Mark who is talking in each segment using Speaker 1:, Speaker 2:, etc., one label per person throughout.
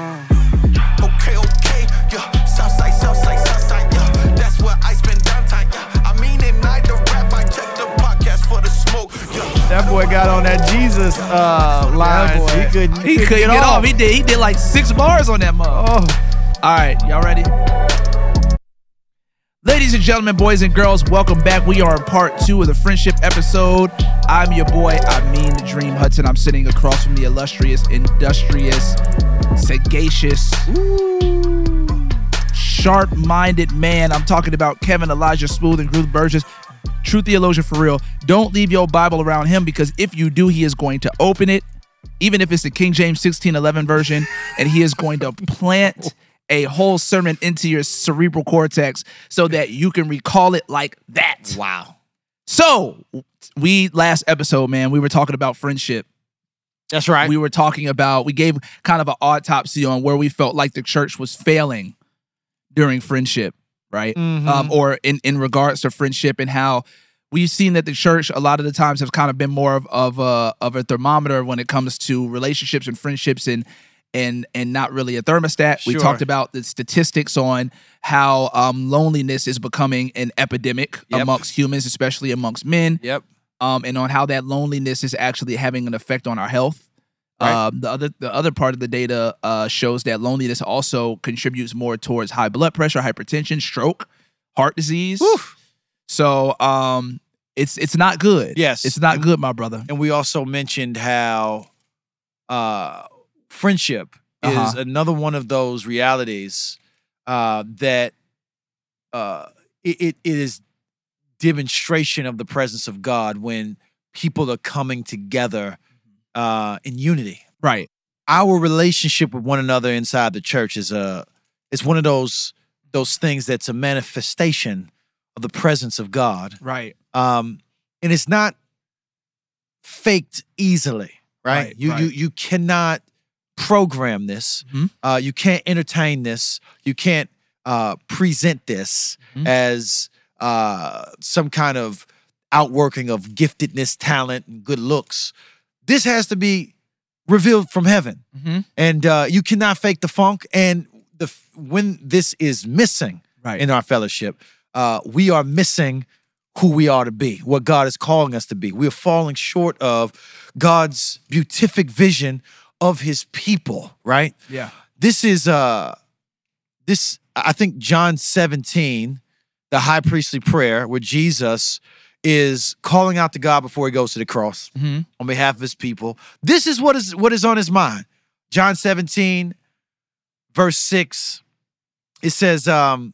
Speaker 1: Okay, okay, yeah. Southside, Southside, Southside, yeah. That's where I spend downtime, yeah. I mean, at night the rap, I check the podcast for the smoke, yeah.
Speaker 2: That boy got on that Jesus uh, line.
Speaker 3: boy.
Speaker 2: He couldn't, he
Speaker 3: He couldn't get off. He did. He did like six bars on that mug.
Speaker 2: Oh,
Speaker 3: All right, y'all ready? Ladies and gentlemen, boys and girls, welcome back. We are in part two of the friendship episode. I'm your boy, I mean the Dream Hudson. I'm sitting across from the illustrious, industrious, sagacious, sharp minded man. I'm talking about Kevin Elijah Smooth and Groove Burgess. True theologian for real. Don't leave your Bible around him because if you do, he is going to open it, even if it's the King James 1611 version, and he is going to plant a whole sermon into your cerebral cortex so that you can recall it like that.
Speaker 4: Wow.
Speaker 3: So, we last episode, man, we were talking about friendship
Speaker 4: That's right.
Speaker 3: we were talking about we gave kind of an autopsy on where we felt like the church was failing during friendship right
Speaker 4: Mm-hmm.
Speaker 3: um, or in, in regards to friendship and how we've seen that the church a lot of the times have kind of been more of, of a of a thermometer when it comes to relationships and friendships and and and not really a thermostat we
Speaker 4: Sure.
Speaker 3: talked about the statistics on how um, loneliness is becoming an epidemic
Speaker 4: Yep.
Speaker 3: amongst humans especially amongst men
Speaker 4: yep.
Speaker 3: um, and on how that loneliness is actually having an effect on our health.
Speaker 4: Right.
Speaker 3: Um, the other the other part of the data uh, shows that loneliness also contributes more towards high blood pressure, hypertension, stroke, heart disease.
Speaker 4: Oof.
Speaker 3: So um, it's it's not good.
Speaker 4: Yes.
Speaker 3: it's not good, my brother.
Speaker 4: And we also mentioned how uh, friendship is
Speaker 3: Uh-huh.
Speaker 4: another one of those realities uh, that uh, it, it it is demonstration of the presence of God when people are coming together
Speaker 3: Mm-hmm.
Speaker 4: uh, in unity.
Speaker 3: Right.
Speaker 4: Our relationship with one another inside the church is a is one of those those things that's a manifestation of the presence of God
Speaker 3: Right.
Speaker 4: um, and it's not faked easily, right?
Speaker 3: Right,
Speaker 4: you you
Speaker 3: right.
Speaker 4: you cannot program this.
Speaker 3: Mhm.
Speaker 4: Uh, you can't entertain this. You can't uh, present this
Speaker 3: Mhm.
Speaker 4: as uh, some kind of outworking of giftedness, talent, and good looks. This has to be revealed from heaven,
Speaker 3: Mm-hmm.
Speaker 4: and uh, you cannot fake the funk. And the f- when this is missing,
Speaker 3: Right.
Speaker 4: in our fellowship. Uh, we are missing who we are to be, what God is calling us to be. We're falling short of God's beatific vision of his people, right?
Speaker 3: yeah.
Speaker 4: This is uh this I think John 17, the high priestly prayer where Jesus is calling out to God before he goes to the cross
Speaker 3: Mm-hmm.
Speaker 4: on behalf of his people. This is what is what is on his mind. John 17, verse 6. It says, um,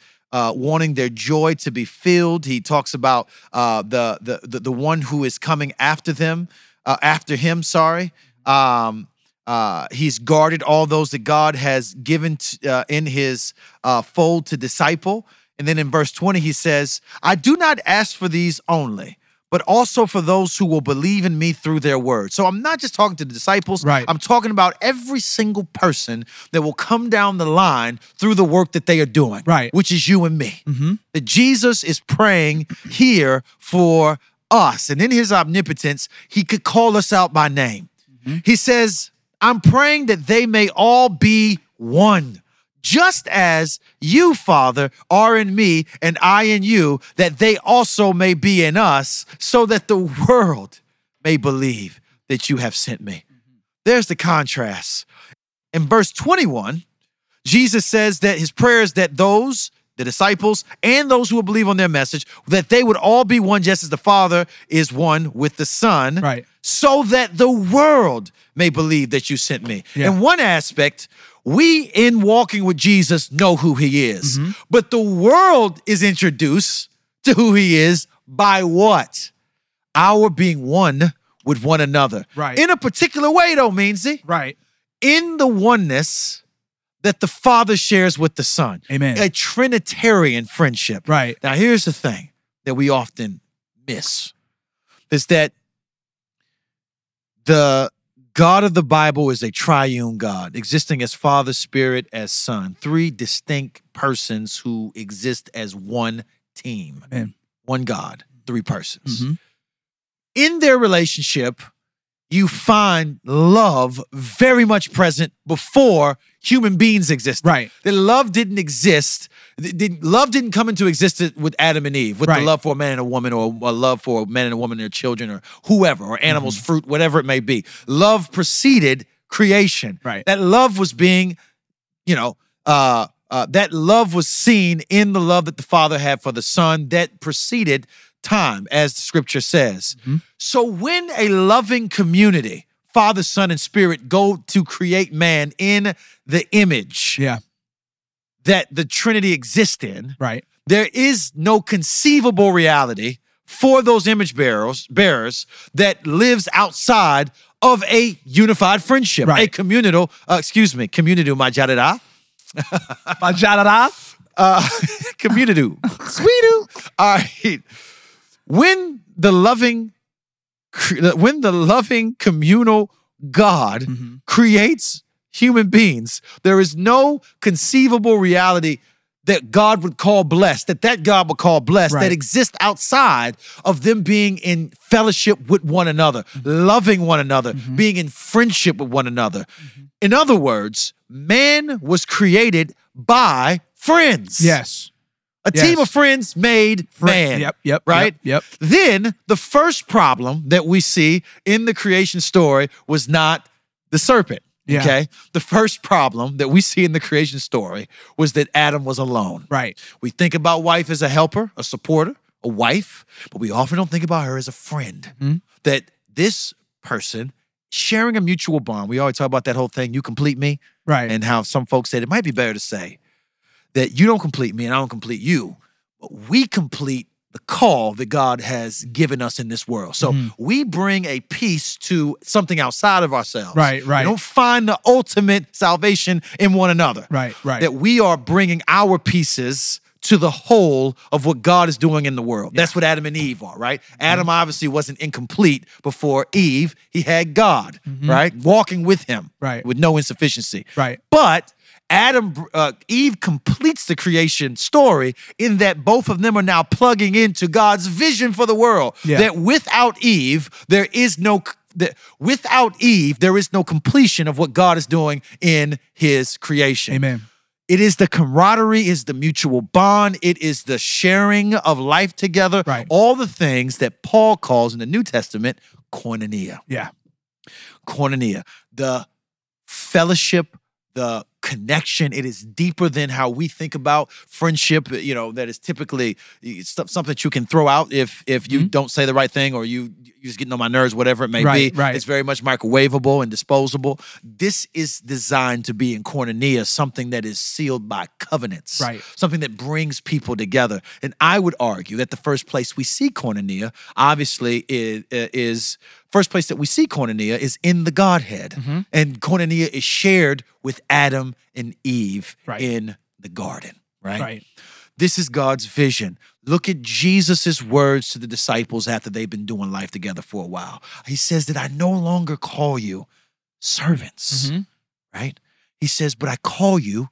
Speaker 4: uh, wanting their joy to be filled. He talks about uh, the, the the the one who is coming after them, uh, after him. Sorry. Um, uh, he's guarded all those that God has given t- uh, in his uh, fold to disciple. And then in verse 20, he says, I do not ask for these only, but also for those who will believe in me through their word. So I'm not just talking to the disciples.
Speaker 3: Right.
Speaker 4: I'm talking about every single person that will come down the line through the work that they are doing,
Speaker 3: Right.
Speaker 4: which is you and me.
Speaker 3: Mhm.
Speaker 4: That Jesus is praying here for us. And in his omnipotence, he could call us out by name. He says, I'm praying that they may all be one, just as you, Father, are in me and I in you, that they also may be in us, so that the world may believe that you have sent me. There's the contrast. In verse 21, Jesus says that his prayer is that those, the disciples, and those who will believe on their message, that they would all be one, just as the Father is one with the Son
Speaker 3: Right.
Speaker 4: so that the world may believe that you sent me.
Speaker 3: Yeah.
Speaker 4: In one aspect, we in walking with Jesus know who he is,
Speaker 3: Mm-hmm.
Speaker 4: but the world is introduced to who he is by what? Our being one with one another.
Speaker 3: Right.
Speaker 4: In a particular way, though, Meansy.
Speaker 3: Right.
Speaker 4: In the oneness, that the Father shares with the Son.
Speaker 3: Amen.
Speaker 4: A Trinitarian friendship.
Speaker 3: Right.
Speaker 4: Now, here's the thing that we often miss is that the God of the Bible is a triune God, existing as Father, Spirit, as Son, three distinct persons who exist as one team,
Speaker 3: Amen.
Speaker 4: one God, three persons.
Speaker 3: Mhm.
Speaker 4: In their relationship, you find love very much present before human beings existed.
Speaker 3: Right.
Speaker 4: That love didn't exist. th- didn't- love didn't come into existence with Adam and Eve, with
Speaker 3: Right.
Speaker 4: the love for a man and a woman, or a love for a man and a woman and their children, or whoever, or animals,
Speaker 3: Mm-hmm.
Speaker 4: fruit, whatever it may be. Love preceded creation.
Speaker 3: Right.
Speaker 4: That love was being, you know, uh, uh, that love was seen in the love that the Father had for the Son that preceded time, as the scripture says.
Speaker 3: Mm-hmm.
Speaker 4: So when a loving community, Father, Son, and Spirit go to create man in the image
Speaker 3: Yeah.
Speaker 4: that the Trinity exists in,
Speaker 3: Right.
Speaker 4: there is no conceivable reality for those image bearers, bearers that lives outside of a unified friendship, a
Speaker 3: Right.
Speaker 4: communal, uh, excuse me, community, my jadada,
Speaker 3: Bajarara.
Speaker 4: uh, community, sweetu. All right, when the loving, cre- when the loving communal God creates human beings, there is no conceivable reality that God would call blessed, that that God would call blessed,
Speaker 3: Right.
Speaker 4: that exists outside of them being in fellowship with one another, loving one another,
Speaker 3: Mm-hmm.
Speaker 4: being in friendship with one another. In other words, man was created by friends.
Speaker 3: Yes.
Speaker 4: A
Speaker 3: Yes.
Speaker 4: team of friends made man.
Speaker 3: Yep, yep,
Speaker 4: Right?
Speaker 3: yep, yep.
Speaker 4: Then the first problem that we see in the creation story was not the serpent.
Speaker 3: Yeah.
Speaker 4: Okay. The first problem that we see in the creation story was that Adam was alone.
Speaker 3: Right.
Speaker 4: We think about wife as a helper, a supporter, a wife, but we often don't think about her as a friend. That this person sharing a mutual bond, we always talk about that whole thing, you complete me,
Speaker 3: Right.
Speaker 4: and how some folks said it might be better to say that you don't complete me and I don't complete you, but we complete the call that God has given us in this world. So
Speaker 3: Mm-hmm.
Speaker 4: we bring a peace to something outside of ourselves.
Speaker 3: Right, right.
Speaker 4: We don't find the ultimate salvation in one another.
Speaker 3: Right, right.
Speaker 4: That we are bringing our pieces to the whole of what God is doing in the world. That's what Adam and Eve are, right?
Speaker 3: Mm-hmm.
Speaker 4: Adam obviously wasn't incomplete before Eve. He had God, right? Walking with him,
Speaker 3: Mm-hmm. Right.
Speaker 4: With no insufficiency,
Speaker 3: Right.
Speaker 4: But Adam, uh, Eve completes the creation story in that both of them are now plugging into God's vision for the world.
Speaker 3: Yeah.
Speaker 4: That without Eve, there is no. That without Eve, there is no completion of what God is doing in His creation.
Speaker 3: Amen.
Speaker 4: It is the camaraderie, is the mutual bond, it is the sharing of life together.
Speaker 3: Right.
Speaker 4: All the things that Paul calls in the New Testament koinonia.
Speaker 3: Yeah.
Speaker 4: Koinonia, the fellowship, the connection. It is deeper than how we think about friendship. You know that is typically it's some- something that you can throw out if if you
Speaker 3: Mm-hmm.
Speaker 4: don't say the right thing or you you're just getting on my nerves, whatever it may
Speaker 3: Right,
Speaker 4: be.
Speaker 3: right.
Speaker 4: It's very much microwavable and disposable. This is designed to be in koinonia, something that is sealed by covenants,
Speaker 3: Right.
Speaker 4: something that brings people together. And I would argue that the first place we see koinonia, obviously, is, is first place that we see koinonia is in the Godhead,
Speaker 3: Mm-hmm.
Speaker 4: and koinonia is shared with Adam and Eve
Speaker 3: Right.
Speaker 4: in the garden. Right?
Speaker 3: Right.
Speaker 4: This is God's vision. Look at Jesus' words to the disciples after they've been doing life together for a while. He says that I no longer call you servants,
Speaker 3: Mhm.
Speaker 4: right? He says, but I call you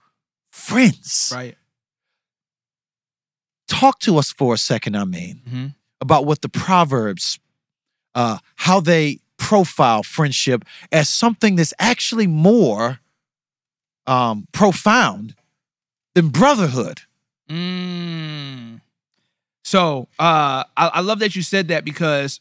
Speaker 4: friends.
Speaker 3: Right.
Speaker 4: Talk to us for a second, I mean,
Speaker 3: Mhm.
Speaker 4: about what the Proverbs, uh, how they profile friendship as something that's actually more um, profound than brotherhood.
Speaker 3: Mm. So uh, I, I love that you said that because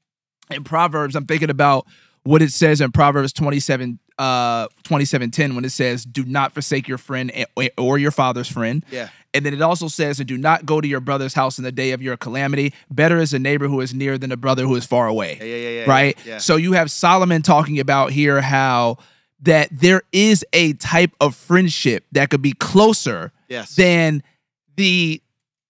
Speaker 3: in Proverbs, I'm thinking about what it says in Proverbs 27, uh, 27 when it says, Do not forsake your friend a- or your father's friend.
Speaker 4: Yeah.
Speaker 3: And then it also says, And do not go to your brother's house in the day of your calamity. Better is a neighbor who is near than a brother who is far away.
Speaker 4: Yeah, yeah, yeah, yeah,
Speaker 3: right?
Speaker 4: yeah.
Speaker 3: So you have Solomon talking about here how that there is a type of friendship that could be closer
Speaker 4: Yes.
Speaker 3: than the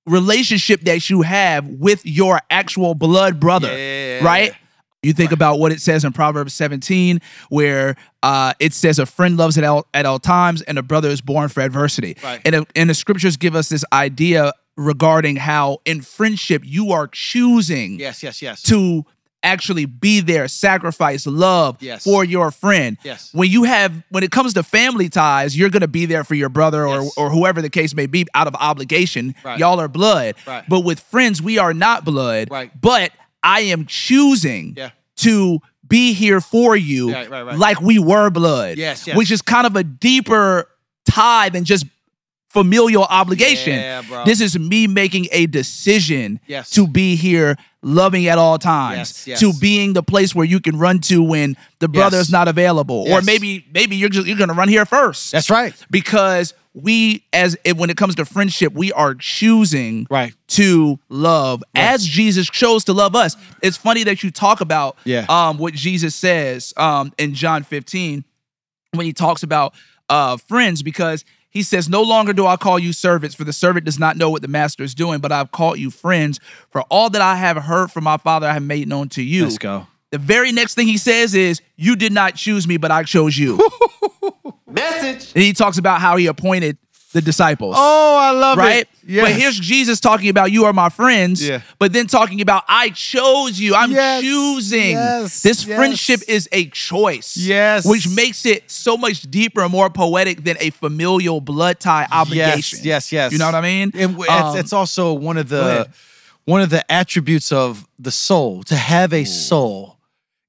Speaker 3: relationship that you have with your actual blood brother,
Speaker 4: Yeah, yeah, yeah,
Speaker 3: right?
Speaker 4: yeah.
Speaker 3: You think about what it says in Proverbs 17, where uh, it says a friend loves at all, at all times and a brother is born for adversity.
Speaker 4: Right.
Speaker 3: And, uh, and the scriptures give us this idea regarding how in friendship you are choosing
Speaker 4: Yes, yes, yes.
Speaker 3: to actually be there, sacrifice love
Speaker 4: Yes.
Speaker 3: for your friend.
Speaker 4: Yes.
Speaker 3: When you have when it comes to family ties, you're gonna be there for your brother or
Speaker 4: Yes.
Speaker 3: or whoever the case may be out of obligation.
Speaker 4: Right.
Speaker 3: Y'all are blood.
Speaker 4: Right.
Speaker 3: But with friends, we are not blood.
Speaker 4: Right.
Speaker 3: But I am choosing
Speaker 4: Yeah.
Speaker 3: to be here for you
Speaker 4: Right, right, right.
Speaker 3: like we were blood.
Speaker 4: Yes, yes.
Speaker 3: Which is kind of a deeper tie than just familial obligation.
Speaker 4: Yeah, bro.
Speaker 3: This is me making a decision
Speaker 4: Yes.
Speaker 3: to be here loving at all times
Speaker 4: Yes, yes.
Speaker 3: to being the place where you can run to when the brother
Speaker 4: Yes.
Speaker 3: is not available or
Speaker 4: Yes.
Speaker 3: maybe maybe you're just, you're going to run here first
Speaker 4: That's right.
Speaker 3: because we as if when it comes to friendship we are choosing
Speaker 4: Right.
Speaker 3: to love as Jesus chose to love us it's funny that you talk about
Speaker 4: Yeah.
Speaker 3: um what Jesus says um in John 15 when he talks about uh, friends because he says, No longer do I call you servants, for the servant does not know what the master is doing, but I've called you friends, for all that I have heard from my father I have made known to you.
Speaker 4: Let's go.
Speaker 3: The very next thing he says is, You did not choose me, but I chose you. Message. And he talks about how he appointed the disciples.
Speaker 4: Oh, I love
Speaker 3: Right?
Speaker 4: it. Yes.
Speaker 3: But here's Jesus talking about you are my friends,
Speaker 4: Yeah.
Speaker 3: but then talking about I chose you. I'm
Speaker 4: Yes.
Speaker 3: choosing.
Speaker 4: Yes.
Speaker 3: This
Speaker 4: Yes.
Speaker 3: friendship is a choice.
Speaker 4: Yes.
Speaker 3: Which makes it so much deeper and more poetic than a familial blood tie obligation.
Speaker 4: Yes, yes, yes.
Speaker 3: You know what I mean?
Speaker 4: And w- it's,
Speaker 3: Um,
Speaker 4: it's also one of the
Speaker 3: ahead.
Speaker 4: one of the attributes of the soul. To have a soul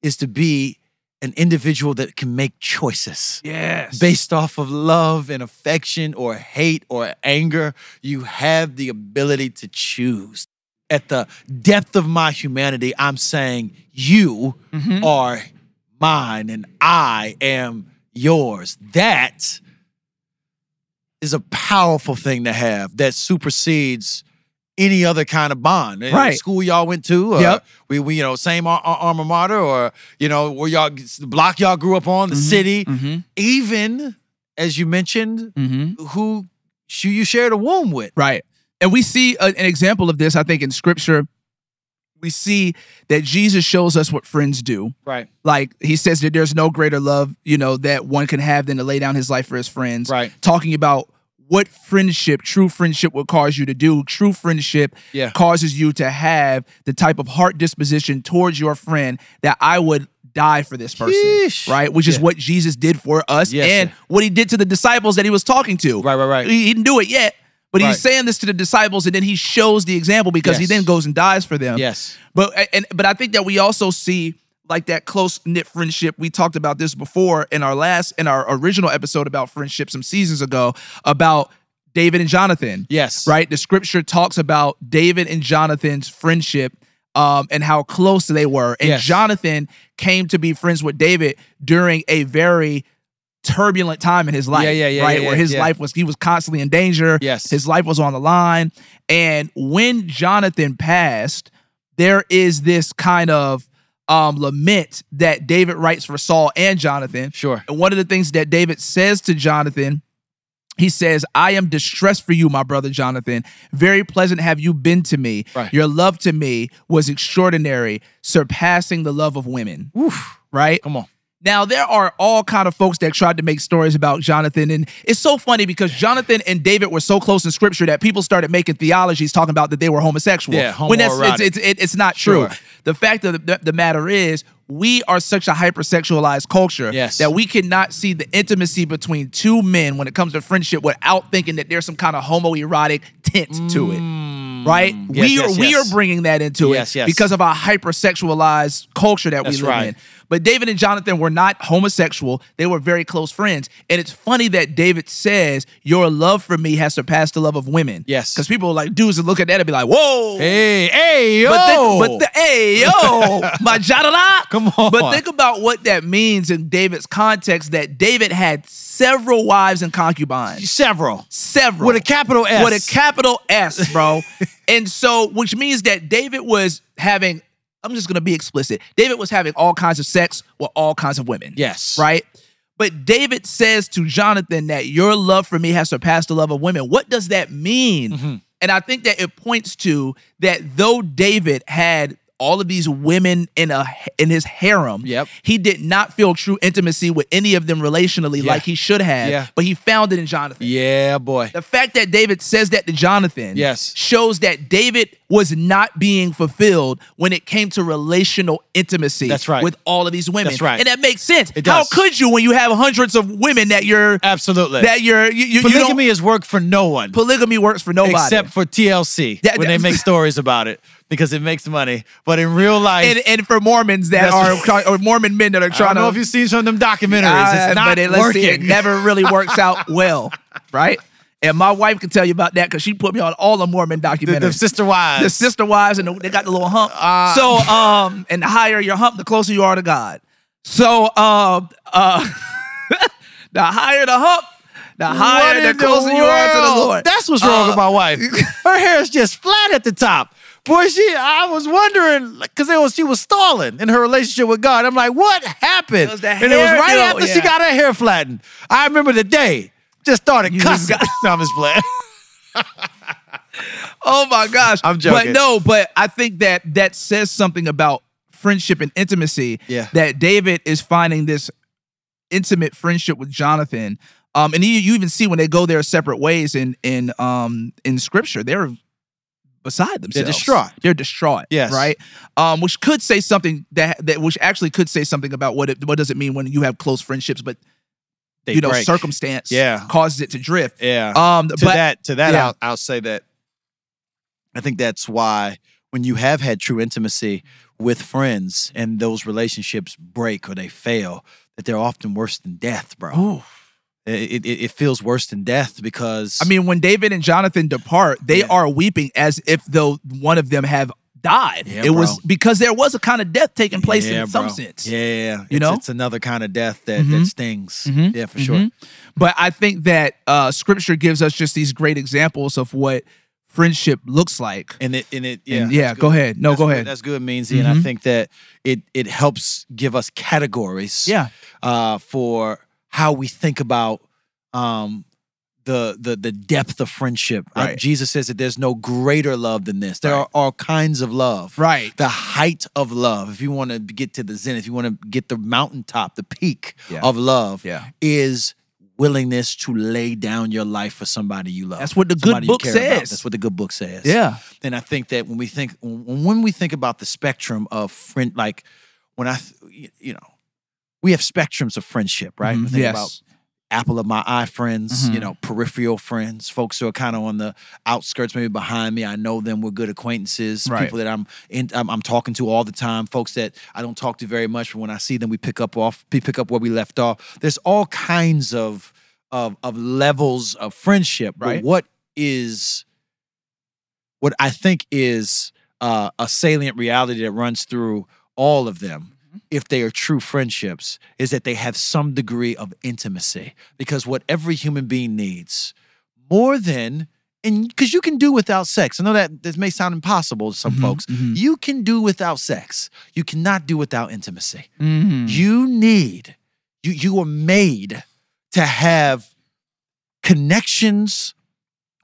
Speaker 4: is to be an individual that can make choices
Speaker 3: yes.
Speaker 4: based off of love and affection or hate or anger. You have the ability to choose. At the depth of my humanity, I'm saying you
Speaker 3: Mm-hmm.
Speaker 4: are mine and I am yours. That is a powerful thing to have that supersedes any other kind of bond. Any
Speaker 3: Right.
Speaker 4: School y'all went to, or
Speaker 3: Yep.
Speaker 4: we, we, you know, same ar- ar- alma mater, or, you know, where y'all, the block y'all grew up on, the
Speaker 3: Mm-hmm.
Speaker 4: city. Even, as you mentioned,
Speaker 3: Mhm.
Speaker 4: who sh- you shared a womb with.
Speaker 3: Right. And we see a- an example of this, I think, in scripture. We see that Jesus shows us what friends do.
Speaker 4: Right.
Speaker 3: like he says that there's no greater love you know that one can have than to lay down his life for his friends
Speaker 4: Right.
Speaker 3: talking about what friendship true friendship will cause you to do true friendship
Speaker 4: Yeah.
Speaker 3: causes you to have the type of heart disposition towards your friend that i would die for this person
Speaker 4: Yeesh.
Speaker 3: right which is
Speaker 4: Yeah.
Speaker 3: what jesus did for us
Speaker 4: Yes,
Speaker 3: and
Speaker 4: sir.
Speaker 3: what he did to the disciples that he was talking to
Speaker 4: Right, right, right.
Speaker 3: he, he didn't do it yet but
Speaker 4: Right.
Speaker 3: he's saying this to the disciples and then he shows the example because he
Speaker 4: Yes.
Speaker 3: then goes and dies for them
Speaker 4: Yes.
Speaker 3: but and but I think that we also see like that close knit friendship. We talked about this before in our last in our original episode about friendship some seasons ago about David and Jonathan.
Speaker 4: Yes.
Speaker 3: Right? The scripture talks about David and Jonathan's friendship um, and how close they were. And
Speaker 4: Yes.
Speaker 3: Jonathan came to be friends with David during a very turbulent time in his life.
Speaker 4: Yeah, yeah, yeah,
Speaker 3: Right.
Speaker 4: yeah,
Speaker 3: Where
Speaker 4: yeah,
Speaker 3: his
Speaker 4: yeah.
Speaker 3: life was he was constantly in danger.
Speaker 4: Yes.
Speaker 3: His life was on the line. And when Jonathan passed, there is this kind of um, lament that David writes for Saul and Jonathan.
Speaker 4: Sure.
Speaker 3: And one of the things that David says to Jonathan, he says, I am distressed for you, my brother Jonathan. Very pleasant have you been to me.
Speaker 4: Right.
Speaker 3: Your love to me was extraordinary, surpassing the love of women.
Speaker 4: Oof.
Speaker 3: Right?
Speaker 4: Come on.
Speaker 3: Now there are all kind of folks that tried to make stories about Jonathan, and it's so funny because Jonathan and David were so close in scripture that people started making theologies talking about that they were homosexual.
Speaker 4: Yeah,
Speaker 3: it's,
Speaker 4: homoerotic.
Speaker 3: it's, it's, it's not
Speaker 4: Sure.
Speaker 3: true. The fact of the, the matter is, we are such a hypersexualized culture
Speaker 4: Yes.
Speaker 3: that we cannot see the intimacy between two men when it comes to friendship without thinking that there's some kind of homoerotic tint to it. Right?
Speaker 4: Mm. Yes,
Speaker 3: we are
Speaker 4: yes,
Speaker 3: we
Speaker 4: yes.
Speaker 3: are bringing that into
Speaker 4: Yes,
Speaker 3: it
Speaker 4: yes.
Speaker 3: because of our hypersexualized culture that
Speaker 4: That's
Speaker 3: we live
Speaker 4: right.
Speaker 3: in. But David and Jonathan were not homosexual. They were very close friends. And it's funny that David says, Your love for me has surpassed the love of women.
Speaker 4: Yes.
Speaker 3: Because people like dudes that look at that and be like, Whoa.
Speaker 4: Hey, hey, yo.
Speaker 3: But think, but the, hey yo, my Jadala.
Speaker 4: Come on.
Speaker 3: But think about what that means in David's context. That David had several wives and concubines.
Speaker 4: Several.
Speaker 3: Several
Speaker 4: With a capital S.
Speaker 3: With a capital S, bro. and so, which means that David was having. I'm just gonna be explicit. David was having all kinds of sex with all kinds of women.
Speaker 4: Yes.
Speaker 3: Right. But David says to Jonathan that your love for me has surpassed the love of women. What does
Speaker 4: Mm-hmm.
Speaker 3: that mean? And I think that it points to that though David had all of these women in a in his harem.
Speaker 4: Yep.
Speaker 3: He did not feel true intimacy with any of them relationally
Speaker 4: Yeah.
Speaker 3: like he should have.
Speaker 4: Yeah.
Speaker 3: But he found it in Jonathan.
Speaker 4: Yeah, boy.
Speaker 3: The fact that David says that to Jonathan
Speaker 4: Yes.
Speaker 3: shows that David was not being fulfilled when it came to relational intimacy
Speaker 4: That's right.
Speaker 3: with all of these women.
Speaker 4: That's right.
Speaker 3: And that makes sense.
Speaker 4: It
Speaker 3: How
Speaker 4: does.
Speaker 3: could you when you have hundreds of women that you're
Speaker 4: Absolutely.
Speaker 3: that you're you, you, you don't-
Speaker 4: Polygamy has worked for no one
Speaker 3: polygamy works for nobody.
Speaker 4: except for TLC
Speaker 3: That-
Speaker 4: when they
Speaker 3: that-
Speaker 4: make stories about it because it makes money. But in real life,
Speaker 3: and, and for Mormons that
Speaker 4: That's-
Speaker 3: are or Mormon men that are
Speaker 4: I
Speaker 3: trying
Speaker 4: don't know
Speaker 3: to
Speaker 4: if you've seen some of them documentaries.
Speaker 3: Uh,
Speaker 4: it's not
Speaker 3: but it, let's
Speaker 4: working.
Speaker 3: see, it never really works out well, right? And my wife can tell you about that because she put me on all the Mormon
Speaker 4: the,
Speaker 3: documentaries.
Speaker 4: the sister wives.
Speaker 3: The sister wives and the, they got the little hump.
Speaker 4: Uh,
Speaker 3: so um, and the higher your hump, the closer you are to God. So um, uh, the higher the hump, the
Speaker 4: What
Speaker 3: higher
Speaker 4: in
Speaker 3: the closer you are to the
Speaker 4: world?
Speaker 3: Lord.
Speaker 4: That's what's wrong
Speaker 3: Uh,
Speaker 4: with my wife. Her hair is just flat at the top. Boy, she I was wondering because was she was stalling in her relationship with God. I'm like, what happened?
Speaker 3: It was the
Speaker 4: and it was right
Speaker 3: hairdo,
Speaker 4: after she
Speaker 3: yeah.
Speaker 4: got her hair flattened. I remember the day. Just started
Speaker 3: just
Speaker 4: cussing.
Speaker 3: got-
Speaker 4: No, I'm just playing.
Speaker 3: Oh my gosh.
Speaker 4: I'm joking.
Speaker 3: But no, but I think that that says something about friendship and intimacy.
Speaker 4: Yeah.
Speaker 3: That David is finding this intimate friendship with Jonathan. Um, and you, you even see when they go their separate ways in in um in scripture, they're beside themselves.
Speaker 4: distraught.
Speaker 3: They're distraught.
Speaker 4: Yes.
Speaker 3: Right. Um, which could say something that that which actually could say something about what it what does it mean when you have close friendships, but
Speaker 4: They
Speaker 3: you know,
Speaker 4: break.
Speaker 3: circumstance
Speaker 4: Yeah.
Speaker 3: causes it to drift.
Speaker 4: Yeah.
Speaker 3: Um
Speaker 4: to
Speaker 3: but
Speaker 4: that to that
Speaker 3: yeah.
Speaker 4: I'll, I'll say that i think that's why when you have had true intimacy with friends and those relationships break or they fail that they're often worse than death bro
Speaker 3: Ooh.
Speaker 4: It, it, it feels worse than death because
Speaker 3: I mean, when David and Jonathan depart, they
Speaker 4: Yeah.
Speaker 3: are weeping as if though one of them have died.
Speaker 4: Yeah,
Speaker 3: it was
Speaker 4: bro.
Speaker 3: because there was a kind of death taking place
Speaker 4: yeah,
Speaker 3: in some
Speaker 4: bro.
Speaker 3: sense.
Speaker 4: yeah you it's,
Speaker 3: know?
Speaker 4: it's another kind of death that, that
Speaker 3: Mhm.
Speaker 4: stings
Speaker 3: Mhm.
Speaker 4: yeah for sure
Speaker 3: Mhm. But I think that uh, Scripture gives us just these great examples of what friendship looks like.
Speaker 4: and it and it yeah
Speaker 3: And
Speaker 4: that's
Speaker 3: go
Speaker 4: good.
Speaker 3: ahead. No,
Speaker 4: That's
Speaker 3: go
Speaker 4: good.
Speaker 3: ahead.
Speaker 4: that's good meansy and i
Speaker 3: Mhm.
Speaker 4: think that it it helps give us categories
Speaker 3: Yeah,
Speaker 4: uh, for how we think about um, the the the depth of friendship. Uh,
Speaker 3: Right.
Speaker 4: Jesus says that there's no greater love than this. There
Speaker 3: Right.
Speaker 4: are all kinds of love.
Speaker 3: right.
Speaker 4: The height of love. If you want to get to the zenith, if you want to get the mountaintop, the peak
Speaker 3: Yeah.
Speaker 4: of love
Speaker 3: Yeah.
Speaker 4: is willingness to lay down your life for somebody you love.
Speaker 3: That's what the good
Speaker 4: somebody you
Speaker 3: book
Speaker 4: care about.
Speaker 3: says.
Speaker 4: That's what the good book says
Speaker 3: Yeah,
Speaker 4: then I think that when we think when we think about the spectrum of friend, like when I, th- you know, we have spectrums of friendship, right?
Speaker 3: Mhm.
Speaker 4: We think
Speaker 3: Yes.
Speaker 4: about apple of my eye friends, you
Speaker 3: Mhm.
Speaker 4: know, peripheral friends, folks who are kind of on the outskirts, maybe behind me. I know them; we're good acquaintances,
Speaker 3: Right.
Speaker 4: people that I'm in, I'm, I'm talking to all the time, folks that I don't talk to very much, but when I see them, we pick up off, we pick up where we left off. There's all kinds of of of levels of friendship, but
Speaker 3: Right.
Speaker 4: what is what I think is uh, a salient reality that runs through all of them, if they are true friendships, is that they have some degree of intimacy. Because what every human being needs more than, and because you can do without sex. I know that this may sound impossible to some
Speaker 3: Mhm,
Speaker 4: folks.
Speaker 3: mhm.
Speaker 4: You can do without sex, you cannot do without intimacy.
Speaker 3: Mhm.
Speaker 4: You need, you, you were made to have connections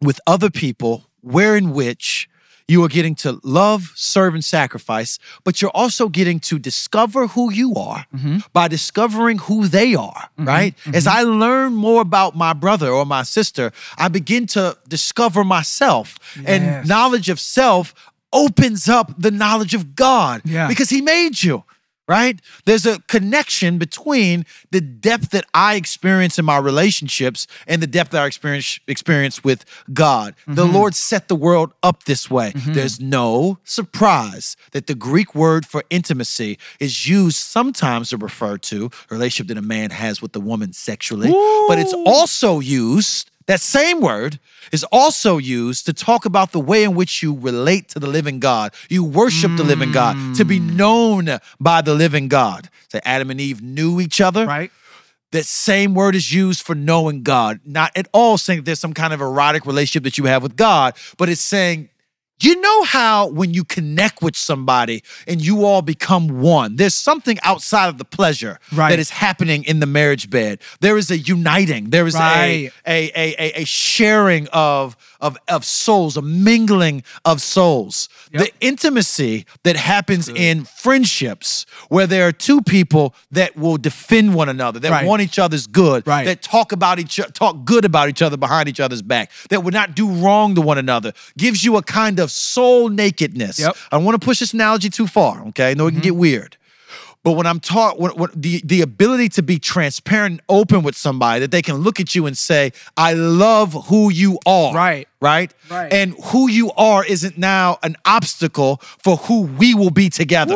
Speaker 4: with other people wherein which you are getting to love, serve, and sacrifice, but you're also getting to discover who you are
Speaker 3: Mhm.
Speaker 4: by discovering who they are, right? As I learn more about my brother or my sister, I begin to discover myself.
Speaker 3: Yes.
Speaker 4: And knowledge of self opens up the knowledge of God
Speaker 3: Yeah.
Speaker 4: because He made you. Right? There's a connection between the depth that I experience in my relationships and the depth that I experience experience with God. The
Speaker 3: Mm-hmm.
Speaker 4: Lord set the world up this way. There's no surprise that the Greek word for intimacy is used sometimes to refer to a relationship that a man has with a woman sexually, but it's also used that same word is also used to talk about the way in which you relate to the living God. You worship the living God, to be
Speaker 3: Mm.
Speaker 4: known by the living God. So Adam and Eve knew each other.
Speaker 3: Right.
Speaker 4: That same word is used for knowing God. Not at all saying there's some kind of erotic relationship that you have with God, but it's saying, you know how when you connect with somebody and you all become one, there's something outside of the pleasure
Speaker 3: Right.
Speaker 4: that is happening in the marriage bed. There is a uniting. There is
Speaker 3: Right.
Speaker 4: a, a, a, a, a sharing of, of of, of souls, a mingling of souls. The intimacy that happens in friendships where there are two people that will defend one another, that
Speaker 3: Right.
Speaker 4: want each other's good,
Speaker 3: Right.
Speaker 4: that talk about each talk good about each other behind each other's back, that would not do wrong to one another, gives you a kind of soul nakedness.
Speaker 3: Yep. Mm-hmm.
Speaker 4: I don't want to push this analogy too far, okay? I know it can get weird. But when I'm taught when, when the, the ability to be transparent and open with somebody, that they can look at you and say, I love who you are.
Speaker 3: Right.
Speaker 4: Right?
Speaker 3: Right.
Speaker 4: And who you are isn't now an obstacle for who we will be together.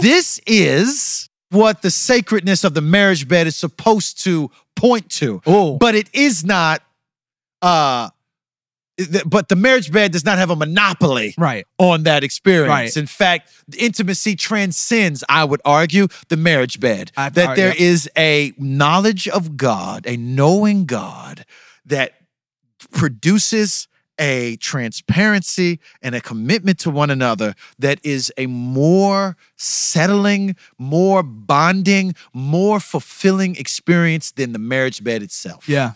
Speaker 4: This is what the sacredness of the marriage bed is supposed to point to.
Speaker 3: Ooh.
Speaker 4: But it is not uh th- but the marriage bed does not have a monopoly
Speaker 3: Right.
Speaker 4: on that experience.
Speaker 3: Right.
Speaker 4: In fact, the intimacy transcends, I would argue, the marriage bed.
Speaker 3: I-
Speaker 4: that
Speaker 3: I-
Speaker 4: there
Speaker 3: yep.
Speaker 4: is a knowledge of God, a knowing God that produces a transparency and a commitment to one another that is a more settling, more bonding, more fulfilling experience than the marriage bed itself.
Speaker 3: Yeah.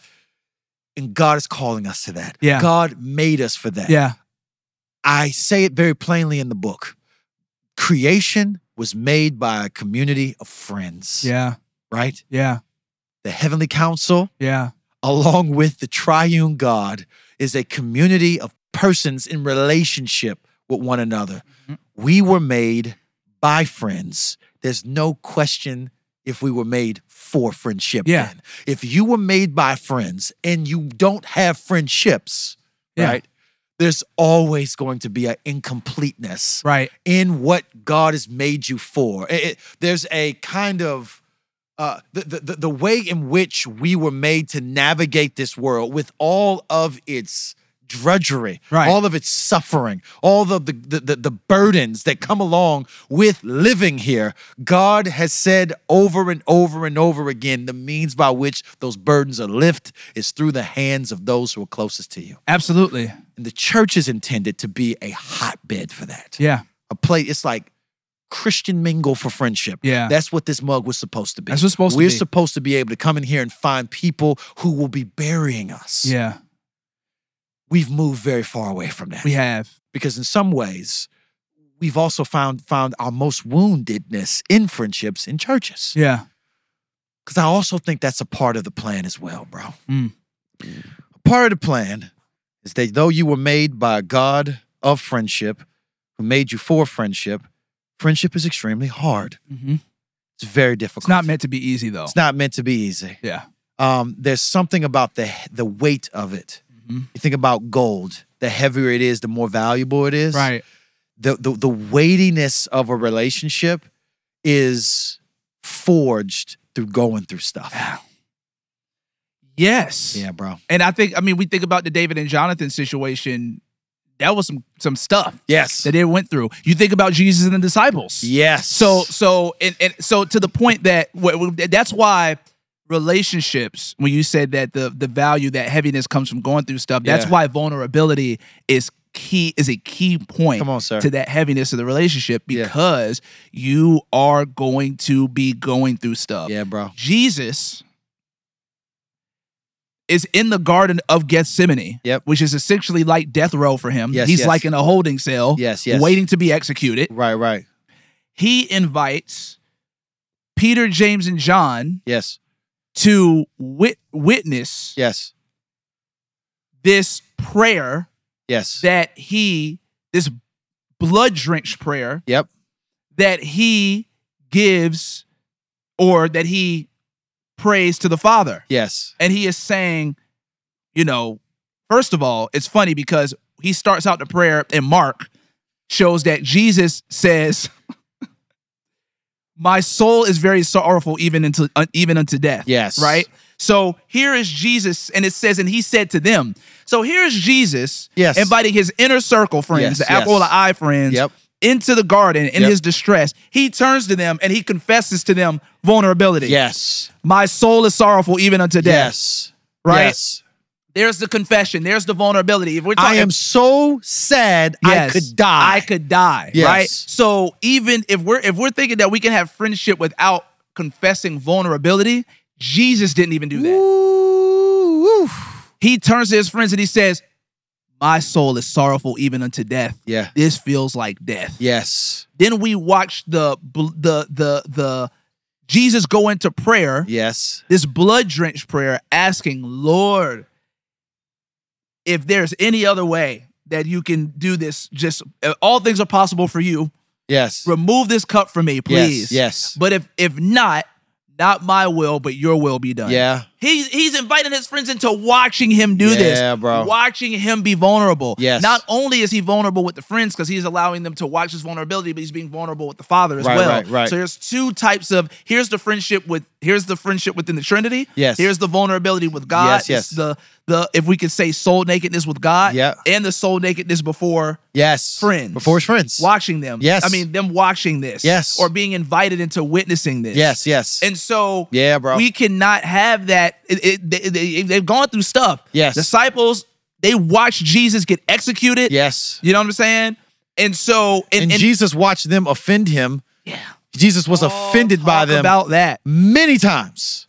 Speaker 4: And God is calling us to that.
Speaker 3: Yeah.
Speaker 4: God made us for that.
Speaker 3: Yeah.
Speaker 4: I say it very plainly in the book. Creation was made by a community of friends,
Speaker 3: Yeah.
Speaker 4: right?
Speaker 3: Yeah.
Speaker 4: The Heavenly Council,
Speaker 3: Yeah.
Speaker 4: along with the Triune God, is a community of persons in relationship with one another.
Speaker 3: Mm-hmm.
Speaker 4: We were made by friends. There's no question if we were made for friendship.
Speaker 3: Yeah.
Speaker 4: then. If you were made by friends and you don't have friendships,
Speaker 3: Yeah.
Speaker 4: right? There's always going to be an incompleteness
Speaker 3: Right.
Speaker 4: in what God has made you for. It- it- there's a kind of uh, the, the the- the way in which we were made to navigate this world with all of its drudgery,
Speaker 3: Right.
Speaker 4: all of its suffering, all of the, the, the, the burdens that come along with living here. God has said over and over and over again the means by which those burdens are lifted is through the hands of those who are closest to you.
Speaker 3: Absolutely.
Speaker 4: And the church is intended to be a hotbed for that
Speaker 3: Yeah.
Speaker 4: a play. It's like Christian mingle for friendship.
Speaker 3: Yeah.
Speaker 4: that's what this mug was supposed to be.
Speaker 3: That's what's supposed to
Speaker 4: We're
Speaker 3: be.
Speaker 4: supposed to be able to come in here and find people who will be burying us.
Speaker 3: Yeah.
Speaker 4: we've moved very far away from that
Speaker 3: We have.
Speaker 4: because in some ways, we've also found found our most woundedness in friendships in churches.
Speaker 3: Yeah.
Speaker 4: Because I also think that's a part of the plan as well, bro.
Speaker 3: Mm.
Speaker 4: A part of the plan is that though you were made by a God of friendship, who made you for friendship, friendship is extremely hard.
Speaker 3: hmm
Speaker 4: It's very difficult.
Speaker 3: It's not meant to be easy though.
Speaker 4: Mm-hmm. It's not meant to be easy.
Speaker 3: yeah.
Speaker 4: Um, there's something about the the weight of it.
Speaker 3: Mhm.
Speaker 4: You think about gold. The heavier it is, the more valuable it is.
Speaker 3: Right.
Speaker 4: The the, the weightiness of a relationship is forged through going through stuff.
Speaker 3: Yes.
Speaker 4: yeah, bro.
Speaker 3: And I think I mean we think about the David and Jonathan situation. That was some some stuff
Speaker 4: Yes.
Speaker 3: that they went through. You think about Jesus and the disciples.
Speaker 4: Yes.
Speaker 3: So so and, and so to the point that wh- wh- that's why relationships when you said that the the value that heaviness comes from going through stuff that's
Speaker 4: Yeah.
Speaker 3: why vulnerability is key is a key point
Speaker 4: Come on, sir.
Speaker 3: to that heaviness of the relationship
Speaker 4: Yeah.
Speaker 3: because you are going to be going through stuff
Speaker 4: yeah, bro.
Speaker 3: Jesus is in the Garden of Gethsemane,
Speaker 4: Yep.
Speaker 3: which is essentially like death row for him.
Speaker 4: Yes,
Speaker 3: He's
Speaker 4: yes.
Speaker 3: like in a holding cell,
Speaker 4: Yes, yes.
Speaker 3: waiting to be executed.
Speaker 4: Right, right.
Speaker 3: He invites Peter, James, and John
Speaker 4: Yes.
Speaker 3: to wit- witness
Speaker 4: Yes.
Speaker 3: this prayer
Speaker 4: Yes.
Speaker 3: that he, this blood drenched prayer
Speaker 4: yep.
Speaker 3: that he gives or that he prays to the Father.
Speaker 4: Yes.
Speaker 3: and he is saying, you know, first of all, it's funny because he starts out the prayer and Mark shows that Jesus says, "My soul is very sorrowful, even unto uh, even unto death."
Speaker 4: Yes.
Speaker 3: right. So here is Jesus, and it says, and he said to them. So here is Jesus,
Speaker 4: Yes.
Speaker 3: inviting his inner circle
Speaker 4: Yes,
Speaker 3: friends, the
Speaker 4: yes.
Speaker 3: alcohol eye friends,
Speaker 4: Yep.
Speaker 3: into the garden in
Speaker 4: Yep.
Speaker 3: his distress. He turns to them and he confesses to them vulnerability.
Speaker 4: Yes.
Speaker 3: My soul is sorrowful, even unto death.
Speaker 4: Yes.
Speaker 3: Right?
Speaker 4: Yes.
Speaker 3: There's the confession. There's the vulnerability. If we're
Speaker 4: I
Speaker 3: talking,
Speaker 4: am so sad I
Speaker 3: Yes.
Speaker 4: could die.
Speaker 3: I could die.
Speaker 4: Yes.
Speaker 3: Right. So even if we're if we're thinking that we can have friendship without confessing vulnerability, Jesus didn't even do that.
Speaker 4: Ooh, oof.
Speaker 3: He turns to his friends and he says, My soul is sorrowful even unto death.
Speaker 4: Yeah.
Speaker 3: This feels like death.
Speaker 4: Yes.
Speaker 3: Then we watch the bl- the the the Jesus go into prayer,
Speaker 4: Yes.
Speaker 3: this blood drenched prayer, asking Lord, if there's any other way that you can do this, just uh, all things are possible for you.
Speaker 4: Yes.
Speaker 3: Remove this cup from me, please.
Speaker 4: Yes.
Speaker 3: But if if not, not my will, but your will be done.
Speaker 4: Yeah.
Speaker 3: He's he's inviting his friends into watching him do this.
Speaker 4: Yeah, bro.
Speaker 3: Watching him be vulnerable.
Speaker 4: Yes.
Speaker 3: Not only is he vulnerable with the friends because he's allowing them to watch his vulnerability, but he's being vulnerable with the Father as
Speaker 4: Right,
Speaker 3: well.
Speaker 4: right, right.
Speaker 3: So there's two types of here's the friendship with here's the friendship within the Trinity.
Speaker 4: Yes.
Speaker 3: Here's the vulnerability with God.
Speaker 4: Yes, yes.
Speaker 3: It's The the if we could say soul nakedness with God.
Speaker 4: Yeah.
Speaker 3: And the soul nakedness before
Speaker 4: Yes.
Speaker 3: friends.
Speaker 4: Before it's friends.
Speaker 3: Watching them.
Speaker 4: Yes.
Speaker 3: I mean them watching this.
Speaker 4: Yes.
Speaker 3: Or being invited into witnessing this.
Speaker 4: Yes. Yes.
Speaker 3: And so
Speaker 4: Yeah, bro.
Speaker 3: we cannot have that. It, it, they, they, they've gone through stuff.
Speaker 4: Yes.
Speaker 3: Disciples, they watched Jesus get executed.
Speaker 4: yes.
Speaker 3: You know what I'm saying? And so,
Speaker 4: And,
Speaker 3: and, and-
Speaker 4: Jesus watched them offend him.
Speaker 3: yeah, Oh,
Speaker 4: Jesus was offended by
Speaker 3: Talk
Speaker 4: them
Speaker 3: about that.
Speaker 4: many times.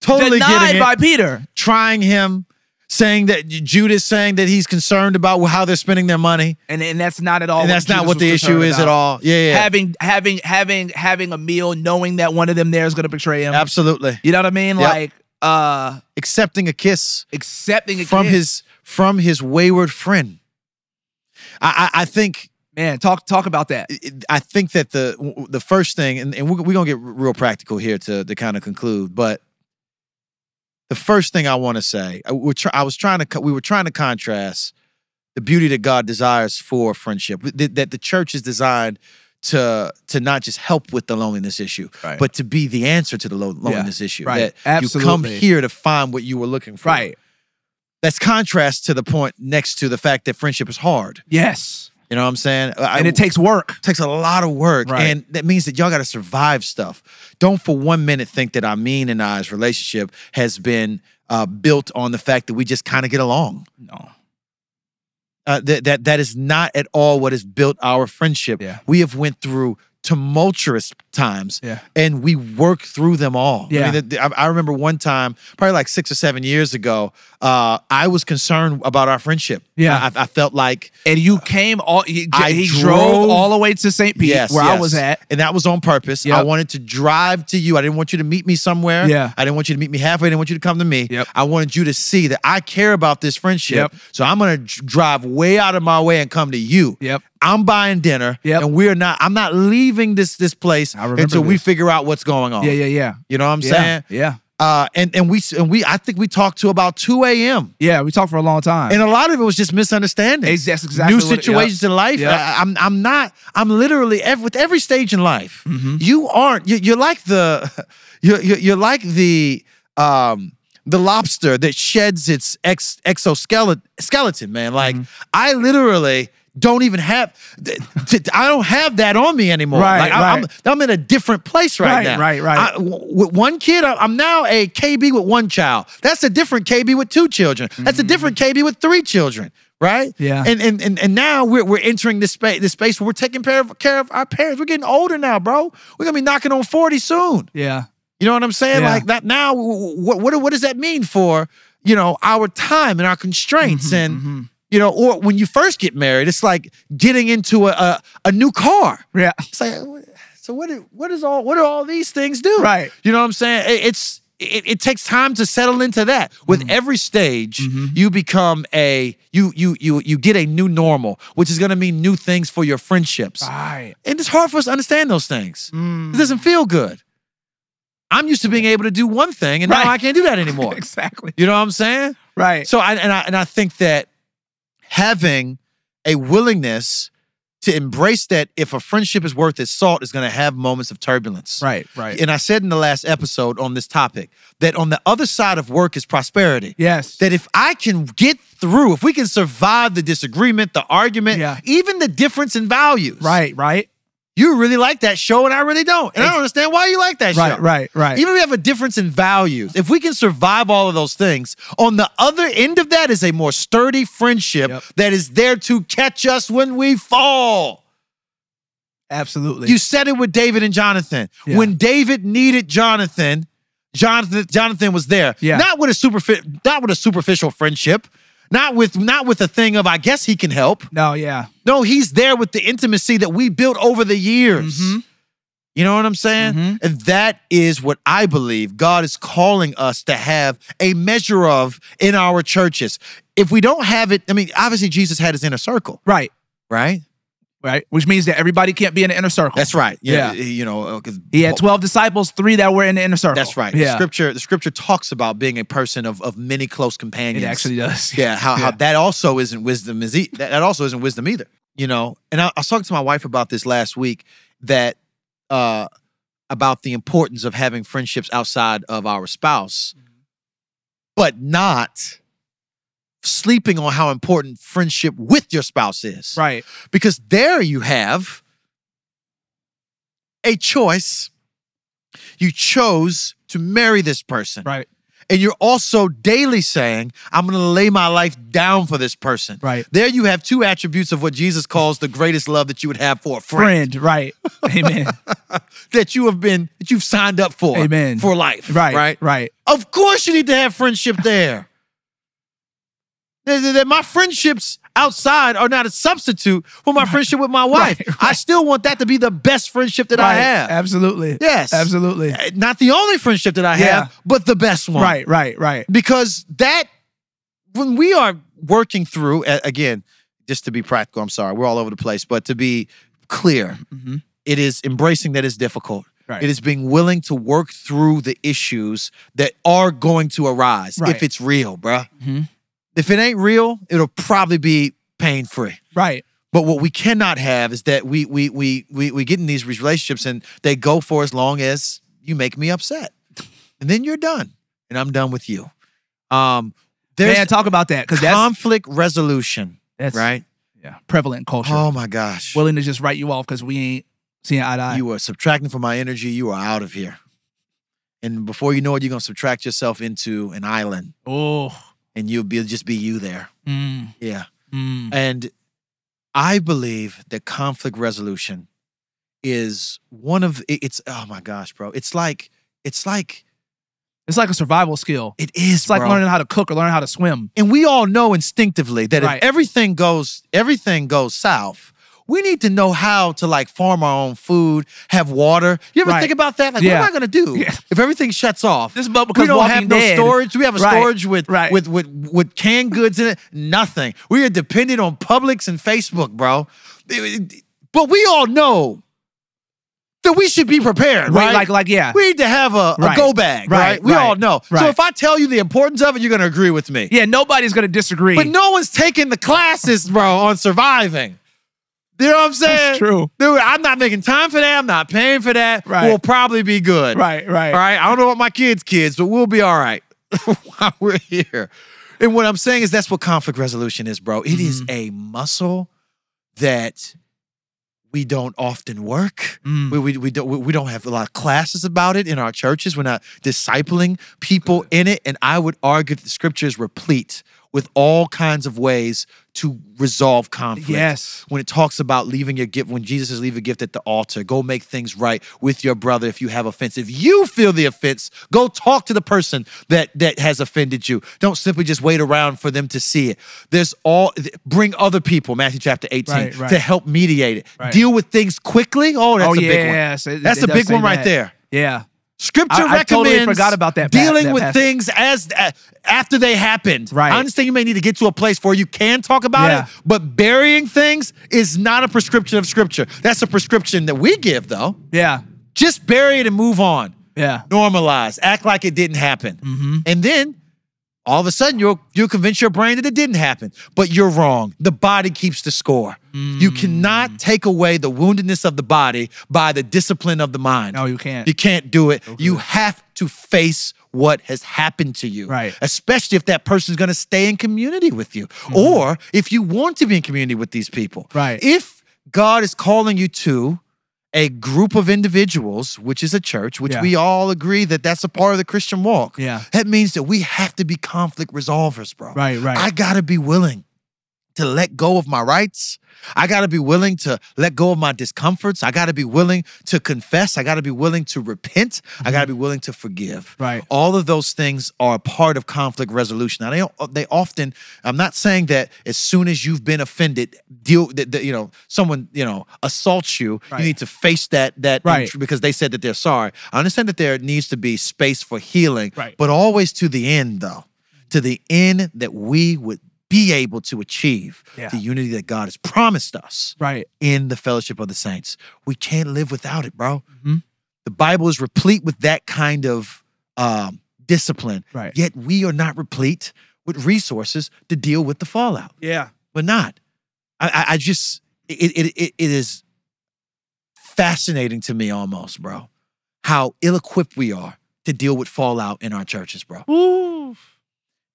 Speaker 4: Totally
Speaker 3: Denied
Speaker 4: getting it,
Speaker 3: by Peter.
Speaker 4: trying him, saying that Judas saying that he's concerned about how they're spending their money.
Speaker 3: And, and that's not at all.
Speaker 4: and that's not
Speaker 3: Judas
Speaker 4: what the
Speaker 3: Oh, was
Speaker 4: issue
Speaker 3: concerned
Speaker 4: is at
Speaker 3: about.
Speaker 4: all. Yeah, yeah, yeah.
Speaker 3: Having having having having a meal, knowing that one of them there is going to betray him.
Speaker 4: absolutely.
Speaker 3: You know what I mean?
Speaker 4: Yep.
Speaker 3: Like uh
Speaker 4: Accepting a kiss
Speaker 3: accepting a
Speaker 4: from
Speaker 3: kid.
Speaker 4: his from his wayward friend. I I, I think
Speaker 3: man. Talk talk about that.
Speaker 4: it- I think that the w- the first thing, and, and we're, we're gonna get real practical here to to kind of conclude, but the first thing I want to say, I, we're try, I was trying to co- we were trying to contrast the beauty that God desires for friendship, that, that the church is designed to to not just help with the loneliness issue,
Speaker 3: Right.
Speaker 4: but to be the answer to the lo- loneliness issue.
Speaker 3: right.
Speaker 4: That you come
Speaker 3: Absolutely.
Speaker 4: here to find what you were looking for.
Speaker 3: Right.
Speaker 4: That's contrast to the point next to the fact that friendship is hard.
Speaker 3: Yes.
Speaker 4: You know what I'm saying? I-
Speaker 3: And it takes work.
Speaker 4: takes a lot of work
Speaker 3: Right.
Speaker 4: and that means that y'all got to survive stuff don't for one minute think that i mean and i's relationship has been uh, built on the fact that we just kind of get along
Speaker 3: No.
Speaker 4: uh, that, that that is not at all what has built our friendship
Speaker 3: Yeah.
Speaker 4: we have went through tumultuous times
Speaker 3: Yeah.
Speaker 4: and we work through them all i
Speaker 3: Yeah.
Speaker 4: mean the- the- I- I remember one time probably like six or seven years ago uh, i was concerned about our friendship
Speaker 3: Yeah.
Speaker 4: i, I felt like
Speaker 3: and you came all he,
Speaker 4: I
Speaker 3: he drove,
Speaker 4: drove-
Speaker 3: all the way to St. Pete
Speaker 4: Yes,
Speaker 3: where I
Speaker 4: yes.
Speaker 3: was at.
Speaker 4: And that was on purpose. I
Speaker 3: Yep.
Speaker 4: wanted to drive to you. I didn't want you to meet me somewhere.
Speaker 3: Yeah.
Speaker 4: I didn't want you to meet me halfway. I didn't want you to come to me.
Speaker 3: Yep.
Speaker 4: I wanted you to see that I care about this friendship.
Speaker 3: Yep.
Speaker 4: So I'm gonna dr- drive way out of my way and come to you.
Speaker 3: Yep.
Speaker 4: I'm buying dinner.
Speaker 3: Yep.
Speaker 4: And we're not, I'm not leaving this this place
Speaker 3: I remember
Speaker 4: until we
Speaker 3: this.
Speaker 4: figure out what's going on.
Speaker 3: Yeah, yeah, yeah.
Speaker 4: You know what Oh. I'm
Speaker 3: yeah,
Speaker 4: saying?
Speaker 3: Yeah.
Speaker 4: Uh and, and we and we I think we talked to about 2 a.m.
Speaker 3: Yeah, we talked for a long time.
Speaker 4: And a lot of it was just misunderstanding.
Speaker 3: Ex- that's exactly
Speaker 4: new
Speaker 3: what it- yep.
Speaker 4: situations in life.
Speaker 3: Yep.
Speaker 4: I, I'm I'm not. I'm literally ev- with every stage in life.
Speaker 3: Mm-hmm.
Speaker 4: You aren't. You, you're like the. You're you're, you're like the. Um, the lobster that sheds its ex, exoskeleton, skeleton, man. Like
Speaker 3: Mm-hmm.
Speaker 4: I literally don't even have. th- th- I don't have that on me anymore.
Speaker 3: Right,
Speaker 4: like, I,
Speaker 3: right.
Speaker 4: I'm, I'm in a different place right,
Speaker 3: Right,
Speaker 4: now.
Speaker 3: right, right.
Speaker 4: I- w- with one kid, I- I'm now a KB with one child. That's a different KB with two children. That's a different KB with three children. Right?
Speaker 3: Mm-hmm. Yeah.
Speaker 4: And and and, and now we're we're entering this space this space where we're taking care of care of our parents. We're getting older now, bro. We're gonna be knocking on forty soon.
Speaker 3: yeah.
Speaker 4: You know what I'm saying?
Speaker 3: Yeah.
Speaker 4: Like that now. What what what does that mean for you know our time and our constraints
Speaker 3: Mm-hmm,
Speaker 4: and you know or when you first get married, it's like getting into a a, a new car.
Speaker 3: Yeah.
Speaker 4: It's like, what- so what? do- What is all? What do all these things do?
Speaker 3: Right.
Speaker 4: You know what I'm saying? It- it's it, it takes time to settle into that. With
Speaker 3: Mm-hmm.
Speaker 4: every stage, you become a you you you you get a new normal, which is going to mean new things for your friendships.
Speaker 3: Right. Mm.
Speaker 4: And it's hard for us to understand those things. It doesn't feel good. I'm used to being able to do one thing, and
Speaker 3: Right.
Speaker 4: now I can't do that anymore.
Speaker 3: Exactly.
Speaker 4: You know what I'm saying?
Speaker 3: Right.
Speaker 4: So I and I and I think that having a willingness to embrace that if a friendship is worth its salt is going to have moments of turbulence.
Speaker 3: right, right.
Speaker 4: And I said in the last episode on this topic that on the other side of work is prosperity.
Speaker 3: yes.
Speaker 4: That if I can get through, if we can survive the disagreement, the argument,
Speaker 3: Yeah.
Speaker 4: even the difference in values.
Speaker 3: right, right.
Speaker 4: You really like that show and I really don't. And I don't understand why you like that
Speaker 3: Right,
Speaker 4: show.
Speaker 3: right, right.
Speaker 4: Even if we have a difference in values, if we can survive all of those things, on the other end of that is a more sturdy friendship
Speaker 3: Yep.
Speaker 4: that is there to catch us when we fall.
Speaker 3: Absolutely.
Speaker 4: You said it with David and Jonathan.
Speaker 3: Yeah.
Speaker 4: When David needed Jonathan, Jonathan Jonathan was there.
Speaker 3: Yeah.
Speaker 4: Not with a superfi- not with a superficial friendship. Not with not with a thing of I guess he can help.
Speaker 3: No, yeah.
Speaker 4: No, he's there with the intimacy that we built over the years.
Speaker 3: Mm-hmm.
Speaker 4: You know what I'm saying? And that is what I believe God is calling us to have a measure of in our churches. If we don't have it, I mean, obviously Jesus had his inner circle,
Speaker 3: Right.
Speaker 4: right?
Speaker 3: Right. Which means that everybody can't be in the inner circle.
Speaker 4: That's right. Yeah,
Speaker 3: Yeah.
Speaker 4: you know, uh, 'cause-
Speaker 3: he had 12 disciples, three that were in the inner circle.
Speaker 4: That's right. The
Speaker 3: Yeah.
Speaker 4: scripture the scripture talks about being a person of, of many close companions.
Speaker 3: It actually does.
Speaker 4: yeah, how, how that also isn't wisdom is e- that, that also isn't wisdom either. You know, and I, I was talking to my wife about this last week that uh about the importance of having friendships outside of our spouse, but not sleeping on how important friendship with your spouse is.
Speaker 3: Right.
Speaker 4: Because there you have a choice. You chose to marry this person.
Speaker 3: Right.
Speaker 4: And you're also daily saying, I'm going to lay my life down for this person.
Speaker 3: Right.
Speaker 4: There you have two attributes of what Jesus calls the greatest love that you would have for a friend,
Speaker 3: Friend. Right. Amen.
Speaker 4: that you have been, that you've signed up for.
Speaker 3: Amen.
Speaker 4: For life.
Speaker 3: right.
Speaker 4: Right.
Speaker 3: Right. Right.
Speaker 4: Of course, you need to have friendship there. That- that- that my friendships outside are not a substitute for my friendship with my wife.
Speaker 3: Right,
Speaker 4: I still want that to be the best friendship that I have.
Speaker 3: Absolutely.
Speaker 4: Yes.
Speaker 3: Absolutely.
Speaker 4: Uh, Not the only friendship that I
Speaker 3: Yeah.
Speaker 4: have, but the best one.
Speaker 3: Right. Right. Right.
Speaker 4: Because that, when we are working through, a- again, just to be practical, I'm sorry, we're all over the place, but to be clear,
Speaker 3: Mhm.
Speaker 4: it is embracing that is difficult.
Speaker 3: Right.
Speaker 4: It is being willing to work through the issues that are going to arise
Speaker 3: Right.
Speaker 4: if it's real, bruh.
Speaker 3: Mhm.
Speaker 4: If it ain't real, it'll probably be pain free.
Speaker 3: Right.
Speaker 4: But what we cannot have is that we we we we we get in these relationships and they go for as long as you make me upset, and then you're done, and I'm done with you. Um, there's
Speaker 3: Man, talk about that because that's,
Speaker 4: conflict resolution,
Speaker 3: that's
Speaker 4: right?
Speaker 3: yeah, prevalent in culture.
Speaker 4: Oh my gosh,
Speaker 3: Willing to just write you off because we ain't seeing eye to eye.
Speaker 4: you are subtracting from my energy. You are out of here, and before you know it, you're gonna subtract yourself into an island,
Speaker 3: oh.
Speaker 4: and you'll be just be you there.
Speaker 3: Mm,
Speaker 4: Yeah.
Speaker 3: mm.
Speaker 4: And I believe that conflict resolution is one of it- it's oh my gosh, bro. It's like it's like
Speaker 3: It's like a survival skill.
Speaker 4: it is
Speaker 3: It's like
Speaker 4: bro.
Speaker 3: learning how to cook or learning how to swim.
Speaker 4: And we all know instinctively that
Speaker 3: Right.
Speaker 4: if everything goes everything goes south, we need to know how to like farm our own food, have water. You ever
Speaker 3: Right.
Speaker 4: think about that? Like,
Speaker 3: Yeah.
Speaker 4: what am I gonna do
Speaker 3: Yeah.
Speaker 4: if everything shuts off?
Speaker 3: This bubble
Speaker 4: we
Speaker 3: becomes
Speaker 4: don't
Speaker 3: walking
Speaker 4: have
Speaker 3: dead.
Speaker 4: no storage. We have a
Speaker 3: Right.
Speaker 4: storage with,
Speaker 3: Right.
Speaker 4: with with with canned goods in it. Nothing. We are dependent on Publix and Facebook, bro. But we all know that we should be prepared,
Speaker 3: Right,
Speaker 4: right?
Speaker 3: like- like, yeah.
Speaker 4: we need to have a, a
Speaker 3: Right.
Speaker 4: go bag, right?
Speaker 3: Right,
Speaker 4: We
Speaker 3: right,
Speaker 4: all know. So
Speaker 3: right.
Speaker 4: if I tell you the importance of it, you're going to agree with me.
Speaker 3: Yeah, nobody's gonna disagree.
Speaker 4: But no one's taking the classes, bro, on surviving. You know what I'm saying?
Speaker 3: That's true.
Speaker 4: Dude, I'm not making time for that. I'm not paying for that.
Speaker 3: Right.
Speaker 4: We'll probably be good.
Speaker 3: Right, right.
Speaker 4: All right. I don't know what my kids' kids, but we'll be all right while we're here. And what I'm saying is that's what conflict resolution is, bro. It is a muscle that we don't often work.
Speaker 3: Mm.
Speaker 4: We, we, we, don't, we, we don't have a lot of classes about it in our churches. We're not discipling people in it. And I would argue that the scripture is replete with all kinds of ways to resolve conflict.
Speaker 3: Yes.
Speaker 4: When it talks about leaving your gift, when Jesus says, leave a gift at the altar, go make things right with your brother if you have offense. If you feel the offense, go talk to the person that, that has offended you. Don't simply just wait around for them to see it. There's all, bring other people, Matthew chapter 18,
Speaker 3: Right, right.
Speaker 4: to help mediate it.
Speaker 3: Right.
Speaker 4: Deal with things quickly. Oh, that's
Speaker 3: oh
Speaker 4: a big one.
Speaker 3: yes, it-
Speaker 4: That's
Speaker 3: it
Speaker 4: a
Speaker 3: does
Speaker 4: big
Speaker 3: say
Speaker 4: one right
Speaker 3: that.
Speaker 4: there.
Speaker 3: Yeah,
Speaker 4: Scripture
Speaker 3: I- I
Speaker 4: recommends
Speaker 3: totally forgot about that pa-
Speaker 4: dealing
Speaker 3: that
Speaker 4: with
Speaker 3: passage.
Speaker 4: things as a- after they happened.
Speaker 3: Right.
Speaker 4: I understand you may need to get to a place where you can talk about
Speaker 3: Yeah.
Speaker 4: it, but burying things is not a prescription of Scripture. That's a prescription that we give, though.
Speaker 3: yeah,
Speaker 4: Just bury it and move on.
Speaker 3: yeah.
Speaker 4: Normalize. Act like it didn't happen, and then all of a sudden you'll you'll convince your brain that it didn't happen. But you're wrong. The body keeps the score. You cannot take away the woundedness of the body by the discipline of the mind.
Speaker 3: No, you can't.
Speaker 4: You can't do it. You have to face what has happened to you.
Speaker 3: Right.
Speaker 4: Especially if that person's going to stay in community with you or if you want to be in community with these people.
Speaker 3: Mm-hmm. Right.
Speaker 4: If God is calling you to a group of individuals, which is a church, which
Speaker 3: Yeah.
Speaker 4: we all agree that that's a part of the Christian walk.
Speaker 3: Yeah.
Speaker 4: That means that we have to be conflict resolvers, bro.
Speaker 3: Right, right.
Speaker 4: I got to be willing to let go of my rights. I got to be willing to let go of my discomforts. I got to be willing to confess. I got to be willing to repent. I got to be willing to forgive.
Speaker 3: Mm-hmm. Right.
Speaker 4: All of those things are a part of conflict resolution. Now they don't- they often. I'm not saying that as soon as you've been offended, deal that, that, you know someone you know assaults you,
Speaker 3: Right.
Speaker 4: you need to face that that
Speaker 3: Right.
Speaker 4: intr- because they said that they're sorry. I understand that there needs to be space for healing,
Speaker 3: Right.
Speaker 4: but always to the end though, to the end that we would be able to achieve
Speaker 3: Yeah.
Speaker 4: the unity that God has promised us
Speaker 3: Right.
Speaker 4: in the fellowship of the saints. We can't live without it, bro.
Speaker 3: Mhm.
Speaker 4: The Bible is replete with that kind of um, discipline.
Speaker 3: Right.
Speaker 4: Yet we are not replete with resources to deal with the fallout.
Speaker 3: Yeah.
Speaker 4: We're not. I, I, I just it, it it it is fascinating to me almost, bro, how ill-equipped we are to deal with fallout in our churches, bro.
Speaker 3: Ooh.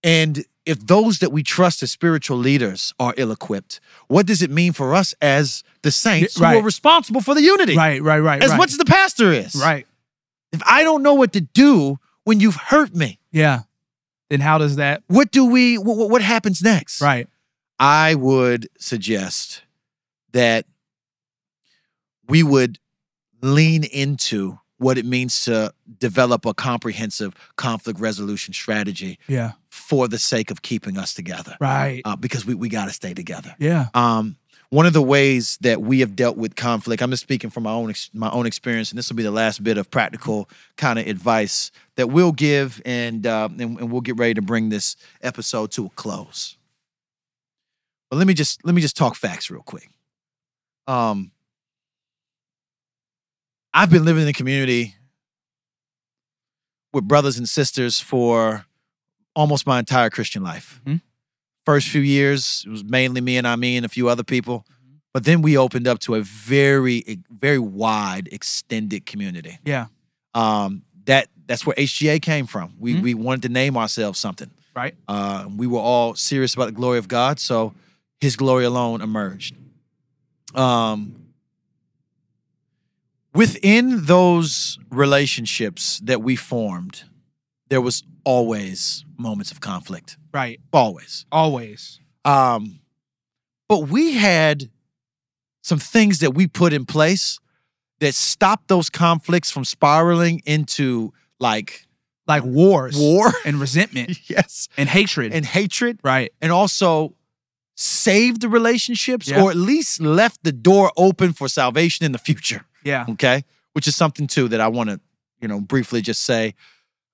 Speaker 4: And if those that we trust as spiritual leaders are ill equipped, what does it mean for us as the saints who
Speaker 3: right.
Speaker 4: are responsible for the unity
Speaker 3: Right. Right. Right.
Speaker 4: as
Speaker 3: right.
Speaker 4: much as the pastor is?
Speaker 3: Right.
Speaker 4: If I don't know what to do when you've hurt me,
Speaker 3: Yeah. Then how does that?
Speaker 4: what do we, wh- wh- what happens next?
Speaker 3: Right.
Speaker 4: I would suggest that we would lean into what it means to develop a comprehensive conflict resolution strategy
Speaker 3: Yeah.
Speaker 4: for the sake of keeping us together
Speaker 3: Right.
Speaker 4: uh, because we, we got to stay together.
Speaker 3: Yeah.
Speaker 4: Um, one of the ways that we have dealt with conflict, I'm just speaking from my own ex- my own experience, and this will be the last bit of practical kind of advice that we'll give, and, uh, and and we'll get ready to bring this episode to a close. But let me just let me just talk facts real quick. Um, I've been living in the community with brothers and sisters for almost my entire Christian life.
Speaker 3: Mhm.
Speaker 4: First few years, it was mainly me and I, me and a few other people.
Speaker 3: Mm-hmm.
Speaker 4: But then we opened up to a very, e, very wide, extended community.
Speaker 3: Yeah.
Speaker 4: Um, that that's where HGA came from. We
Speaker 3: Mhm.
Speaker 4: we wanted to name ourselves something.
Speaker 3: Right.
Speaker 4: Uh, we were all serious about the glory of God, so His glory alone emerged. Um, within those relationships that we formed, there was always moments of conflict.
Speaker 3: Right.
Speaker 4: Always.
Speaker 3: Always.
Speaker 4: Um, but we had some things that we put in place that stopped those conflicts from spiraling into like
Speaker 3: Like wars.
Speaker 4: war.
Speaker 3: And resentment
Speaker 4: yes.
Speaker 3: and hatred.
Speaker 4: And hatred
Speaker 3: right.
Speaker 4: and also saved the relationships
Speaker 3: Yeah.
Speaker 4: or at least left the door open for salvation in the future
Speaker 3: Yeah.
Speaker 4: okay which is something too that i want to you know briefly just say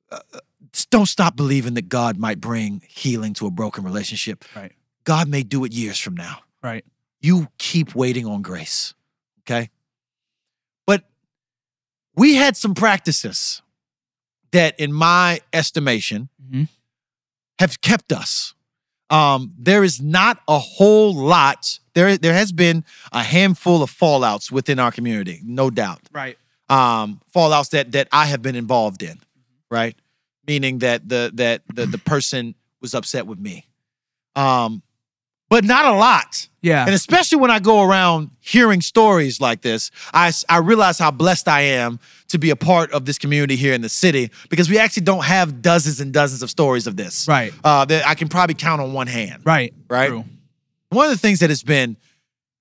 Speaker 4: Uh, uh, just don't stop believing that god might bring healing to a broken relationship
Speaker 3: Right.
Speaker 4: god may do it years from now
Speaker 3: Right.
Speaker 4: you keep waiting on grace okay but we had some practices that in my estimation
Speaker 3: Mhm.
Speaker 4: have kept us. Um, there is not a whole lot. There, there has been a handful of fallouts within our community, no doubt.
Speaker 3: Right.
Speaker 4: Um, fallouts that that I have been involved in, right? Meaning that the that the, the person was upset with me. Um, but not a lot.
Speaker 3: Yeah.
Speaker 4: And especially when I go around hearing stories like this, I, I realize how blessed I am to be a part of this community here in the city because we actually don't have dozens and dozens of stories of this.
Speaker 3: Right.
Speaker 4: Uh, that I can probably count on one hand.
Speaker 3: right.
Speaker 4: Right.
Speaker 3: True.
Speaker 4: One of the things that has been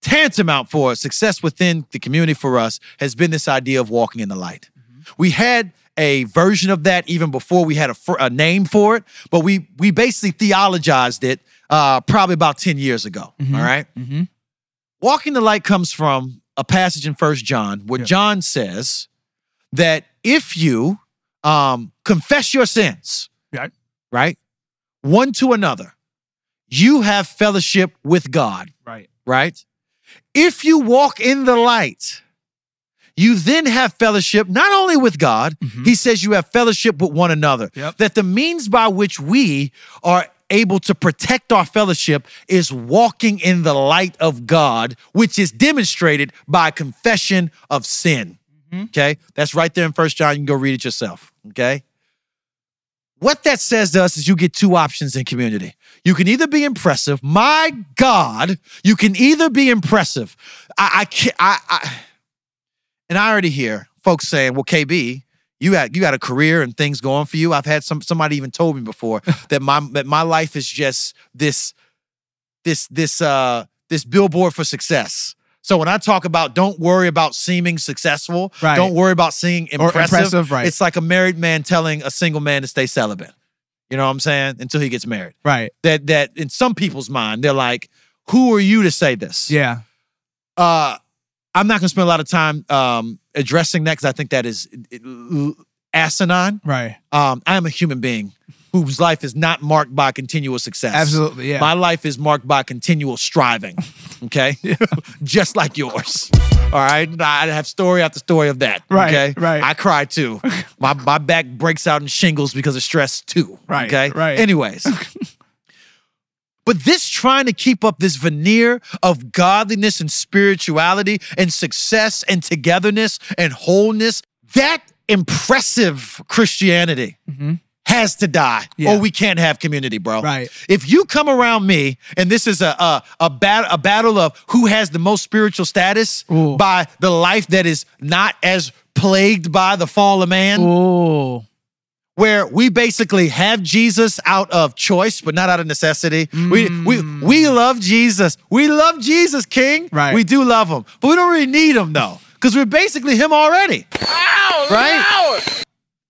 Speaker 4: tantamount for success within the community for us has been this idea of walking in the light.
Speaker 3: Mm-hmm.
Speaker 4: We had a version of that even before we had a, fr- a name for it, but we we basically theologized it uh, probably about ten years ago. all right.
Speaker 3: Mhm.
Speaker 4: Walking the light comes from a passage in First John where
Speaker 3: Yeah.
Speaker 4: John says that if you um, confess your sins,
Speaker 3: Right.
Speaker 4: right, one to another, you have fellowship with God
Speaker 3: Right.
Speaker 4: right? If you walk in the light, you then have fellowship not only with God,
Speaker 3: Mhm.
Speaker 4: he says you have fellowship with one another.
Speaker 3: Yep.
Speaker 4: That the means by which we are able to protect our fellowship is walking in the light of God, which is demonstrated by confession of sin. Okay? That's right there in First John. You can go read it yourself. Okay? What that says to us is you get two options in community. You can either be impressive, my God, you can either be impressive. I, I can't, I, I, and I already hear folks saying, well, KB, you got, you got a career and things going for you. I've had some, somebody even told me before that my, that my life is just this this this uh this billboard for success. So when I talk about don't worry about seeming successful,
Speaker 3: Right.
Speaker 4: don't worry about seeming
Speaker 3: Or
Speaker 4: impressive,
Speaker 3: impressive, right.
Speaker 4: it's like a married man telling a single man to stay celibate. You know what I'm saying? Until he gets married.
Speaker 3: right.
Speaker 4: That that in some people's mind, they're like, who are you to say this?
Speaker 3: Yeah.
Speaker 4: uh, I'm not going to spend a lot of time um, addressing that because I think that is uh, asinine.
Speaker 3: Right.
Speaker 4: Um, I am a human being whose life is not marked by continual success.
Speaker 3: Absolutely. Yeah.
Speaker 4: My life is marked by continual striving, okay? Just like yours. All right. I have story after story of that.
Speaker 3: Right,
Speaker 4: Okay.
Speaker 3: right.
Speaker 4: I cry too. My my back breaks out in shingles because of stress too.
Speaker 3: Right,
Speaker 4: Okay.
Speaker 3: right.
Speaker 4: Anyways. But this trying to keep up this veneer of godliness and spirituality and success and togetherness and wholeness, that impressive Christianity has to die
Speaker 3: Mm-hmm. Yeah.
Speaker 4: or we can't have community, bro.
Speaker 3: Right.
Speaker 4: If you come around me and this is a a, a, bat, a battle of who has the most spiritual status
Speaker 3: Ooh.
Speaker 4: by the life that is not as plagued by the fall of man,
Speaker 3: oh.
Speaker 4: where we basically have Jesus out of choice, but not out of necessity. We we we love Jesus. We love Jesus, King.
Speaker 3: Mm. Right.
Speaker 4: We do love him, but we don't really need him though, because we're basically him already. right?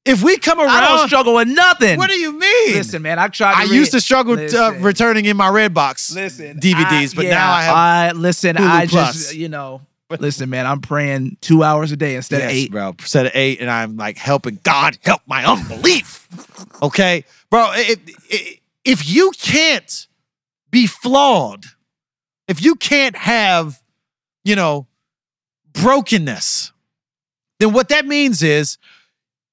Speaker 4: If we come
Speaker 3: I don't
Speaker 4: around,
Speaker 3: struggle with nothing.
Speaker 4: what do you mean?
Speaker 3: Listen, man. I tried. To
Speaker 4: I
Speaker 3: read-
Speaker 4: used to struggle uh,
Speaker 3: Listen.
Speaker 4: returning in my red box
Speaker 3: listen
Speaker 4: DVDs,
Speaker 3: I-
Speaker 4: but
Speaker 3: yeah,
Speaker 4: now I have.
Speaker 3: listen.
Speaker 4: Hulu
Speaker 3: I
Speaker 4: Plus.
Speaker 3: just you know. Listen, man. I'm praying two hours a day instead
Speaker 4: yes,
Speaker 3: of eight.
Speaker 4: bro. Set of eight, and I'm like helping God help my unbelief. Okay, bro. It, it, if you can't be flawed, if you can't have, you know, brokenness, then what that means is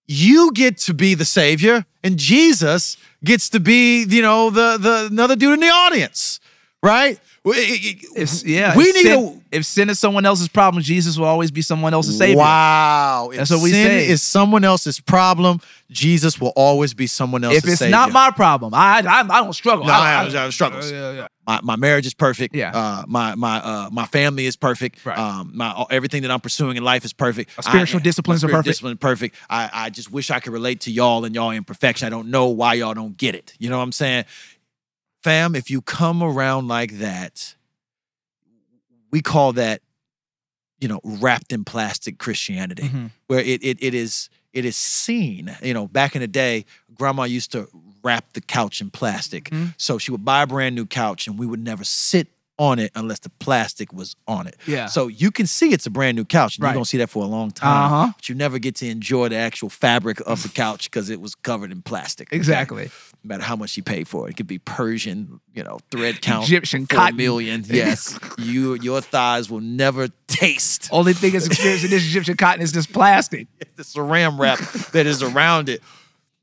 Speaker 4: you get to be the savior, and Jesus gets to be, you know, the the another dude in the audience, right?
Speaker 3: If, yeah.
Speaker 4: We
Speaker 3: if
Speaker 4: need
Speaker 3: sin, if sin is someone else's problem, Jesus will always be someone else's savior.
Speaker 4: Wow. If
Speaker 3: That's what we
Speaker 4: sin
Speaker 3: say.
Speaker 4: is someone else's problem, Jesus will always be someone else's
Speaker 3: If it's
Speaker 4: savior.
Speaker 3: not my problem, I I, I don't struggle.
Speaker 4: No, I,
Speaker 3: I,
Speaker 4: I, I struggles.
Speaker 3: yeah, yeah.
Speaker 4: My, my marriage is perfect.
Speaker 3: Yeah.
Speaker 4: Uh, my my uh, my family is perfect.
Speaker 3: Right.
Speaker 4: Um, my everything that I'm pursuing in life is perfect.
Speaker 3: My spiritual disciplines
Speaker 4: my
Speaker 3: are
Speaker 4: spiritual
Speaker 3: perfect.
Speaker 4: Discipline perfect. I, I just wish I could relate to y'all and y'all imperfection. I don't know why y'all don't get it. You know what I'm saying? Fam, if you come around like that, we call that, you know, wrapped in plastic Christianity
Speaker 3: Mhm.
Speaker 4: where it, it it is it is seen. You know, back in the day, grandma used to wrap the couch in plastic.
Speaker 3: Mhm.
Speaker 4: So she would buy a brand new couch and we would never sit on it unless the plastic was on it.
Speaker 3: Yeah.
Speaker 4: So you can see it's a brand new couch and
Speaker 3: Right.
Speaker 4: you're gonna see that for a long time.
Speaker 3: Uh-huh.
Speaker 4: But you never get to enjoy the actual fabric of the couch because it was covered in plastic. okay?
Speaker 3: Exactly.
Speaker 4: No matter how much you pay for it. It could be Persian, you know, thread count.
Speaker 3: Egyptian
Speaker 4: four
Speaker 3: cotton.
Speaker 4: million. Yes. you your thighs will never taste
Speaker 3: Only thing that's experiencing this Egyptian cotton is this plastic.
Speaker 4: the saran wrap that is around it.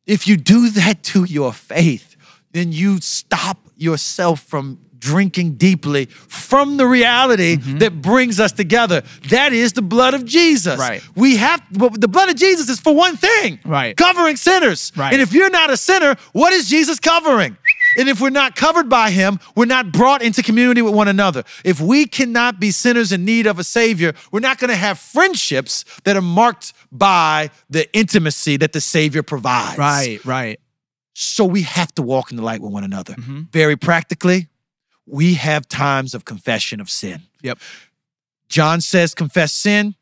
Speaker 4: If you do that to your faith, then you stop yourself from drinking deeply from the reality
Speaker 3: Mm-hmm.
Speaker 4: that brings us together. That is the blood of Jesus.
Speaker 3: Right.
Speaker 4: We have but the blood of Jesus is for one thing.
Speaker 3: Right.
Speaker 4: Covering sinners.
Speaker 3: Right.
Speaker 4: And if you're not a sinner, what is Jesus covering? And if we're not covered by him, we're not brought into community with one another. If we cannot be sinners in need of a savior, we're not going to have friendships that are marked by the intimacy that the savior provides.
Speaker 3: Right, right.
Speaker 4: So we have to walk in the light with one another.
Speaker 3: Mm-hmm.
Speaker 4: Very practically, we have times of confession of sin.
Speaker 3: Yep.
Speaker 4: John says confess sin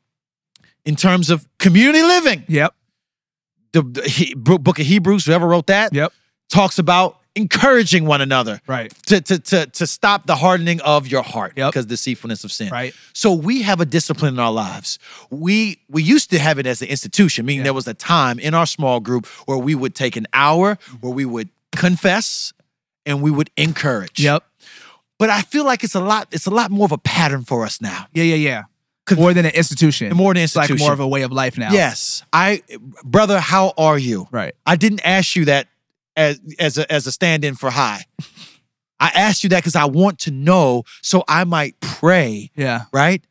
Speaker 4: in terms of community living.
Speaker 3: Yep.
Speaker 4: The, the He- book of Hebrews, whoever wrote that,
Speaker 3: Yep.
Speaker 4: talks about encouraging one another
Speaker 3: Right.
Speaker 4: to, to, to, to stop the hardening of your heart
Speaker 3: Yep.
Speaker 4: because deceitfulness of sin.
Speaker 3: Right.
Speaker 4: So we have a discipline in our lives. We we used to have it as an institution, meaning there was a time in our small group where we would take an hour where we would confess and we would encourage.
Speaker 3: Yep.
Speaker 4: But I feel like it's a lot, it's a lot more of a pattern for us now.
Speaker 3: Yeah, yeah, yeah.
Speaker 4: Conf-
Speaker 3: More than an institution.
Speaker 4: More than
Speaker 3: It's like
Speaker 4: institution.
Speaker 3: more of a way of life now.
Speaker 4: Yes. I brother, how are you?
Speaker 3: Right.
Speaker 4: I didn't ask you that as as a as a stand-in for high. I asked you that because I want to know so I might pray,
Speaker 3: Yeah.
Speaker 4: right?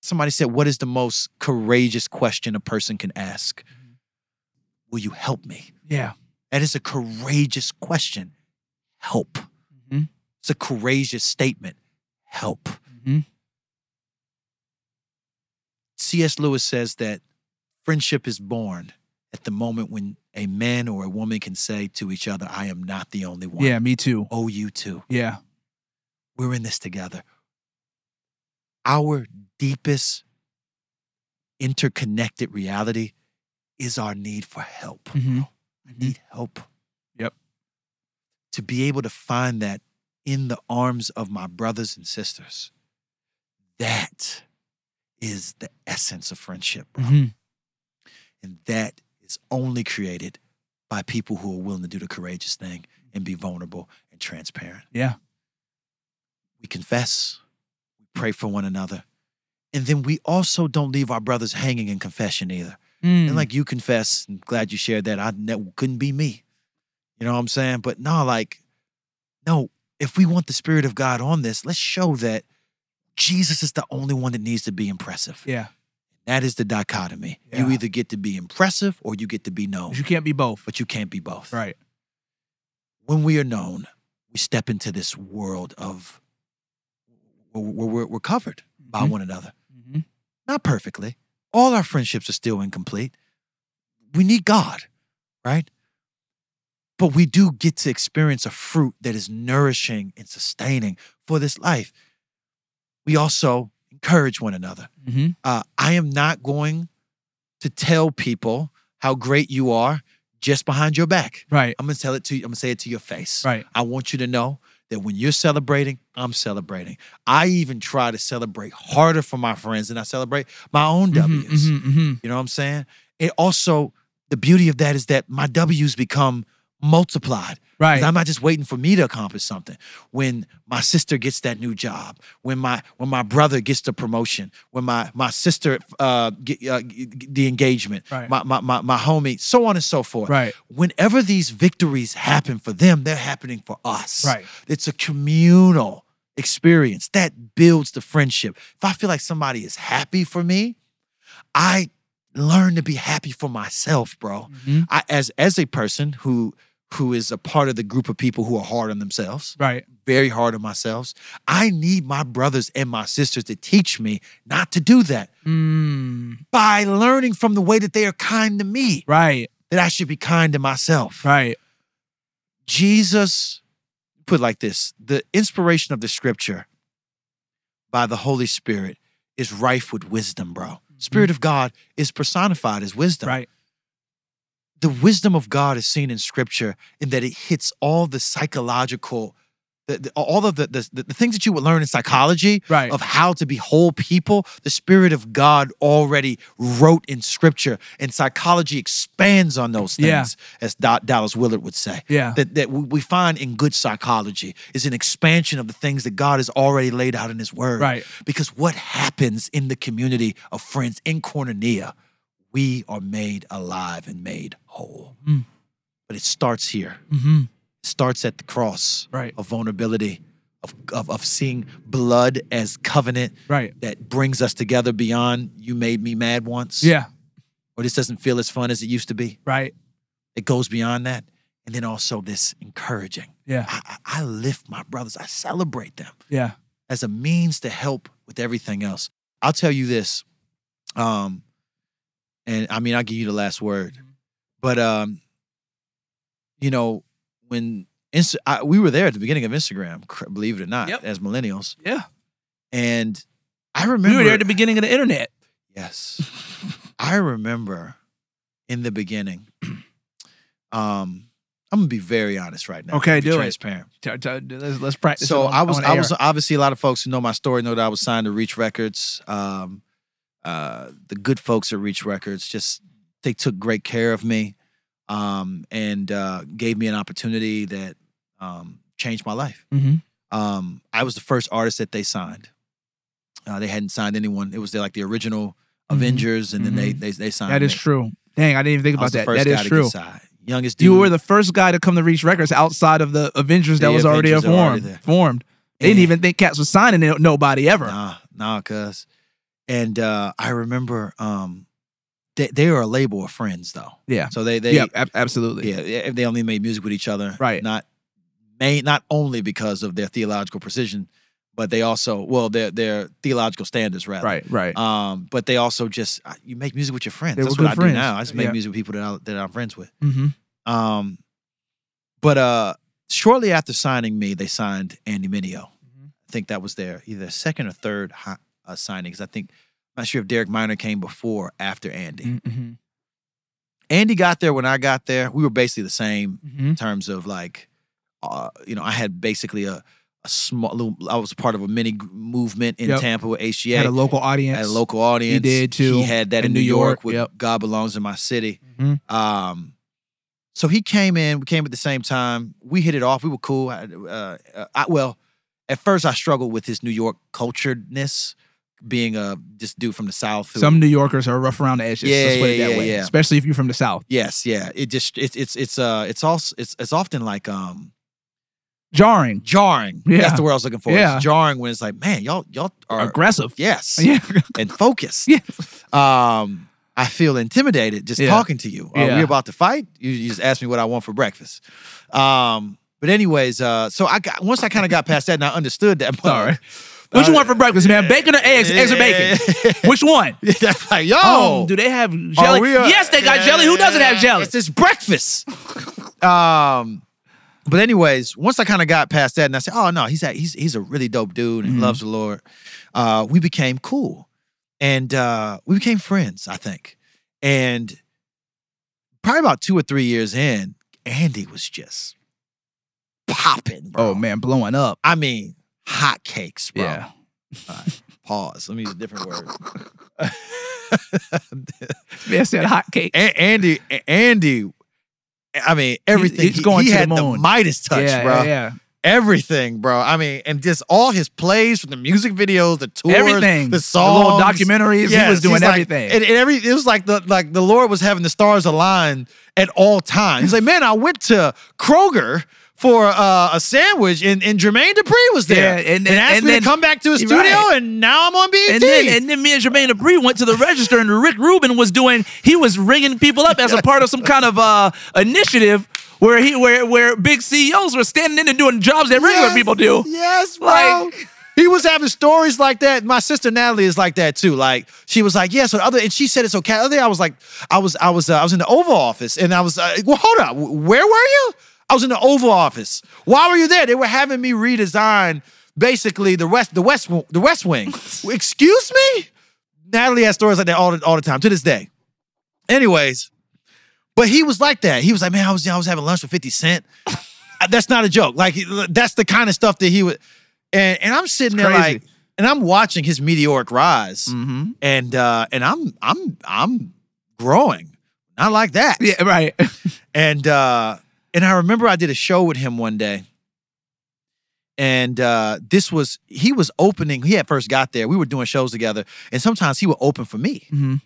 Speaker 4: Somebody said, What is the most courageous question a person can ask? Will you help me?
Speaker 3: Yeah.
Speaker 4: That is a courageous question. Help.
Speaker 3: Mhm.
Speaker 4: It's a courageous statement. Help.
Speaker 3: Mhm.
Speaker 4: C.S. Lewis says that friendship is born at the moment when a man or a woman can say to each other, I am not the only one.
Speaker 3: Yeah, me too.
Speaker 4: Oh, you too.
Speaker 3: Yeah.
Speaker 4: We're in this together. Our deepest interconnected reality is our need for help.
Speaker 3: Mhm.
Speaker 4: I need help.
Speaker 3: Yep.
Speaker 4: To be able to find that in the arms of my brothers and sisters, that is the essence of friendship, bro.
Speaker 3: Mhm.
Speaker 4: And that is only created by people who are willing to do the courageous thing and be vulnerable and transparent.
Speaker 3: Yeah.
Speaker 4: We confess, we pray for one another. And then we also don't leave our brothers hanging in confession either.
Speaker 3: Mm.
Speaker 4: And like you confess, I'm glad you shared that. I that couldn't be me. You know what I'm saying? But no, like, no, if we want the Spirit of God on this, let's show that Jesus is the only one that needs to be impressive.
Speaker 3: yeah.
Speaker 4: That is the dichotomy. You
Speaker 3: Yeah.
Speaker 4: either get to be impressive or you get to be known,
Speaker 3: You can't be both.
Speaker 4: but you can't be both.
Speaker 3: Right.
Speaker 4: When we are known, we step into this world of where we're, we're covered by
Speaker 3: Mhm.
Speaker 4: one another.
Speaker 3: Mhm.
Speaker 4: Not perfectly. All our friendships are still incomplete. We need God, right? But we do get to experience a fruit that is nourishing and sustaining for this life. We also encourage one another
Speaker 3: Mhm.
Speaker 4: uh, I am not going to tell people how great you are just behind your back.
Speaker 3: Right.
Speaker 4: I'm gonna tell it to you. I'm gonna say it to your face.
Speaker 3: Right.
Speaker 4: I want you to know that when you're celebrating, I'm celebrating. I even try to celebrate harder for my friends than I celebrate my own W's.
Speaker 3: Mhm, mhm, mhm.
Speaker 4: You know what I'm saying? It also the beauty of that is that my W's become multiplied. 'Cause
Speaker 3: Right.
Speaker 4: I'm not just waiting for me to accomplish something. When my sister gets that new job, when my when my brother gets the promotion, when my my sister uh, get, uh, g- g- the engagement,
Speaker 3: Right.
Speaker 4: my, my my my homie, so on and so forth.
Speaker 3: Right.
Speaker 4: Whenever these victories happen for them, they're happening for us.
Speaker 3: Right.
Speaker 4: It's a communal experience that builds the friendship. If I feel like somebody is happy for me, I learn to be happy for myself, bro.
Speaker 3: Mhm.
Speaker 4: I, as as a person who who is a part of the group of people who are hard on themselves,
Speaker 3: Right.
Speaker 4: very hard on myself, I need my brothers and my sisters to teach me not to do that
Speaker 3: Mm.
Speaker 4: by learning from the way that they are kind to me
Speaker 3: Right.
Speaker 4: that I should be kind to myself.
Speaker 3: Right.
Speaker 4: Jesus put it like this: the inspiration of the Scripture by the Holy Spirit is rife with wisdom, bro. Spirit of God is personified as wisdom.
Speaker 3: Mm-hmm. Right.
Speaker 4: the wisdom of God is seen in Scripture in that it hits all the psychological, the, the- all of the, the the things that you would learn in psychology
Speaker 3: Right.
Speaker 4: of how to be whole people. The Spirit of God already wrote in Scripture, and psychology expands on those things,
Speaker 3: Yeah.
Speaker 4: as Do- Dallas Willard would say.
Speaker 3: Yeah.
Speaker 4: that that we- we find in good psychology is an expansion of the things that God has already laid out in His Word.
Speaker 3: Right.
Speaker 4: because what happens in the community of friends in Cornelia we are made alive and made whole.
Speaker 3: Mm.
Speaker 4: But it starts here.
Speaker 3: hmm
Speaker 4: It starts at the cross
Speaker 3: Right.
Speaker 4: of vulnerability, of, of, of seeing blood as covenant
Speaker 3: Right.
Speaker 4: that brings us together beyond you made me mad once,
Speaker 3: Yeah.
Speaker 4: or this doesn't feel as fun as it used to be.
Speaker 3: Right.
Speaker 4: It goes beyond that. And then also this encouraging.
Speaker 3: Yeah.
Speaker 4: I, I, I lift my brothers, I celebrate them
Speaker 3: Yeah.
Speaker 4: as a means to help with everything else. I'll tell you this, um, and I mean I'll give you the last word,
Speaker 3: Mm-hmm.
Speaker 4: but um, you know when Insta- I, we were there at the beginning of Instagram, cr- believe it or not,
Speaker 3: Yep.
Speaker 4: as millennials,
Speaker 3: Yeah.
Speaker 4: and I
Speaker 3: We
Speaker 4: remember
Speaker 3: were there at the beginning of the internet.
Speaker 4: yes, I remember in the beginning. Um, I'm gonna be very honest right now.
Speaker 3: Okay,
Speaker 4: be
Speaker 3: do it.
Speaker 4: transparent.
Speaker 3: T- t- Let's, let's practice.
Speaker 4: So
Speaker 3: it on-
Speaker 4: I was
Speaker 3: on
Speaker 4: I
Speaker 3: air.
Speaker 4: was uh, obviously a lot of folks who know my story know that I was signed to Reach Records. Um, uh, the good folks at Reach Records just they took great care of me um, and uh, gave me an opportunity that um, changed my life.
Speaker 3: Mhm.
Speaker 4: Um, I was the first artist that they signed. Uh, they hadn't signed anyone. It was the, like the original
Speaker 3: Mhm.
Speaker 4: Avengers, and then they they they signed.
Speaker 3: Mm-hmm. That is
Speaker 4: me.
Speaker 3: true. Dang, I didn't even think
Speaker 4: I was
Speaker 3: about
Speaker 4: the
Speaker 3: that.
Speaker 4: first
Speaker 3: That is
Speaker 4: guy
Speaker 3: true.
Speaker 4: To get signed. Youngest dude.
Speaker 3: You were the first guy to come to reach records outside of the Avengers that
Speaker 4: The
Speaker 3: was already
Speaker 4: Avengers are already
Speaker 3: formed.
Speaker 4: there.
Speaker 3: formed. They didn't
Speaker 4: And-
Speaker 3: even think cats was signing it- nobody ever.
Speaker 4: Nah, nah, cuz. And uh, I remember um, they they are a label of friends though.
Speaker 3: Yeah.
Speaker 4: So they they
Speaker 3: yeah.
Speaker 4: yeah,
Speaker 3: ab- absolutely.
Speaker 4: yeah yeah, they only made music with each other.
Speaker 3: Right.
Speaker 4: Not may not only because of their theological precision, but they also well their their theological standards rather.
Speaker 3: Right. Right.
Speaker 4: Um, but they also just I- you make music with your friends.
Speaker 3: They
Speaker 4: That's
Speaker 3: were
Speaker 4: what
Speaker 3: good
Speaker 4: I
Speaker 3: friends.
Speaker 4: do now. I just make
Speaker 3: Yeah.
Speaker 4: music with people that I, that I'm friends with.
Speaker 3: hmm
Speaker 4: Um, but uh, shortly after signing me, they signed Andy Mineo. I I think that was their either second or third hi- uh, signing. Because I think I'm not sure if Derek Minor came before or after Andy.
Speaker 3: Mm-hmm.
Speaker 4: Andy got there when I got there. We were basically the same
Speaker 3: Mm-hmm.
Speaker 4: in terms of like, uh, you know, I had basically a a small little. I was part of a mini g- movement in
Speaker 3: Yep.
Speaker 4: Tampa with HGA.
Speaker 3: Had a local audience.
Speaker 4: Had a local audience.
Speaker 3: did, too,
Speaker 4: He had that in, New York, with
Speaker 3: yep.
Speaker 4: God Belongs in My City.
Speaker 3: Mhm.
Speaker 4: Um, so he came in. We came at the same time. We hit it off. We were cool. I, uh, I, well, at first I struggled with his New York culturedness, being a just dude from the South. who-
Speaker 3: Some New Yorkers are rough around the edges.
Speaker 4: Yeah,
Speaker 3: let's put it
Speaker 4: yeah,
Speaker 3: that
Speaker 4: yeah,
Speaker 3: way.
Speaker 4: yeah.
Speaker 3: Especially if you're from the South.
Speaker 4: Yes, yeah. It just it's it's it's uh it's also it's it's often like um
Speaker 3: Jarring.
Speaker 4: jarring.
Speaker 3: Yeah.
Speaker 4: That's the word I was looking for. It's
Speaker 3: Yeah.
Speaker 4: jarring when it's like, man, y'all y'all are
Speaker 3: Aggressive.
Speaker 4: yes
Speaker 3: Yeah.
Speaker 4: and focused.
Speaker 3: Yeah.
Speaker 4: Um, I feel intimidated just
Speaker 3: Yeah.
Speaker 4: talking to you. Are
Speaker 3: Yeah.
Speaker 4: we about to fight? You, you just asked me what I want for breakfast. Um, but anyways, uh, so I got once I kind of got past that and I understood that.
Speaker 3: All
Speaker 4: part. uh,
Speaker 3: right. What you want for breakfast, man? Bacon or eggs? Eggs or bacon? Which one?
Speaker 4: That's like, yo,
Speaker 3: Oh, do they have jelly?
Speaker 4: Are we, uh,
Speaker 3: yes, they got jelly. Who doesn't have jelly?
Speaker 4: It's this breakfast. um, but anyways, once I kind of got past that, and I said, "Oh no, he's a, he's he's a really dope dude and
Speaker 3: Mhm.
Speaker 4: loves the Lord." Uh, we became cool, and uh, we became friends. I think, and probably about two or three years in, Andy was just popping, bro.
Speaker 3: Oh man, blowing up.
Speaker 4: I mean, hotcakes, bro.
Speaker 3: Yeah.
Speaker 4: All right, pause. Let me use a different word.
Speaker 3: Man said hot cake.
Speaker 4: A- Andy, A- Andy, I mean everything.
Speaker 3: he's
Speaker 4: he,
Speaker 3: going
Speaker 4: he
Speaker 3: to the
Speaker 4: had
Speaker 3: moon.
Speaker 4: Midas touch,
Speaker 3: yeah,
Speaker 4: bro.
Speaker 3: Yeah. yeah.
Speaker 4: Everything, bro. I mean, and just all his plays from the music videos, the tours,
Speaker 3: Everything.
Speaker 4: the
Speaker 3: The
Speaker 4: songs,
Speaker 3: little documentaries. he was
Speaker 4: Yes,
Speaker 3: doing
Speaker 4: he's like-
Speaker 3: everything.
Speaker 4: and, and every it was like the like the Lord was having the stars align at all times. He's like, man, I went to Kroger. For uh, a sandwich, and, and Jermaine Dupri was there,
Speaker 3: Yeah, and-
Speaker 4: asked
Speaker 3: and
Speaker 4: me
Speaker 3: then-
Speaker 4: to come back to his
Speaker 3: Right.
Speaker 4: studio, and now I'm on BET.
Speaker 3: and then, and then me and Jermaine Dupri went to the register, and Rick Rubin was doing. He was ringing people up as a part of some kind of uh, initiative where he where where big CEOs were standing in and doing jobs that regular
Speaker 4: Yes,
Speaker 3: people do.
Speaker 4: Yes, bro.
Speaker 3: Like-
Speaker 4: he was having stories like that. My sister Natalie is like that too. Like she was like, yeah. So the other and she said it's okay. The other day I was like, I was I was uh, I was in the Oval Office and I was uh, well, hold up, where were you? I was in the Oval Office. Why were you there? They were having me redesign basically the west the west Wi- the West Wing. Excuse me. Natalie has stories like that all the, all the time to this day. Anyways, but he was like that. He was like, man, I was I was having lunch with Fifty Cent. Uh, that's not a joke. Like that's the kind of stuff that he would. And and I'm sitting there
Speaker 3: crazy.
Speaker 4: like, and I'm watching his meteoric rise,
Speaker 3: Mm-hmm.
Speaker 4: and uh, and I'm I'm I'm growing, not like that.
Speaker 3: Yeah. Right.
Speaker 4: And uh, and I remember I did a show with him one day. And uh, this was he was opening. He had first got there. We were doing shows together, and sometimes he would open for me.
Speaker 3: Mm-hmm.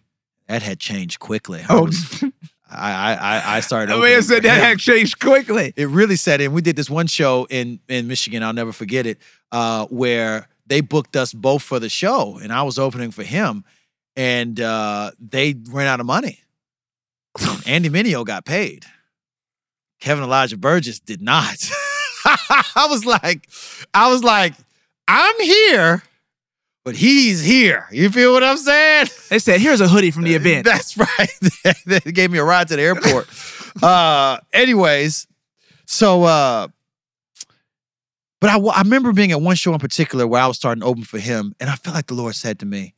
Speaker 4: That had changed quickly. I
Speaker 3: Oh,
Speaker 4: was- I I I- I started.
Speaker 3: the
Speaker 4: opening
Speaker 3: man said
Speaker 4: for
Speaker 3: that
Speaker 4: him
Speaker 3: had changed quickly.
Speaker 4: it really set in. We did this one show in in Michigan. I'll never forget it, uh, where they booked us both for the show, and I was opening for him, and uh, they ran out of money. Andy Mineo got paid. Kevin Elijah Burgess did not. I was like, I was like, I'm here, but he's here. You feel what I'm saying?
Speaker 3: They said, "Here's a hoodie
Speaker 4: Uh,
Speaker 3: from the event."
Speaker 4: That's right. they gave me a ride to the airport. uh, anyways, so uh, but I, wa- I remember being at one show in particular where I was starting to open for him, and I felt like the Lord said to me,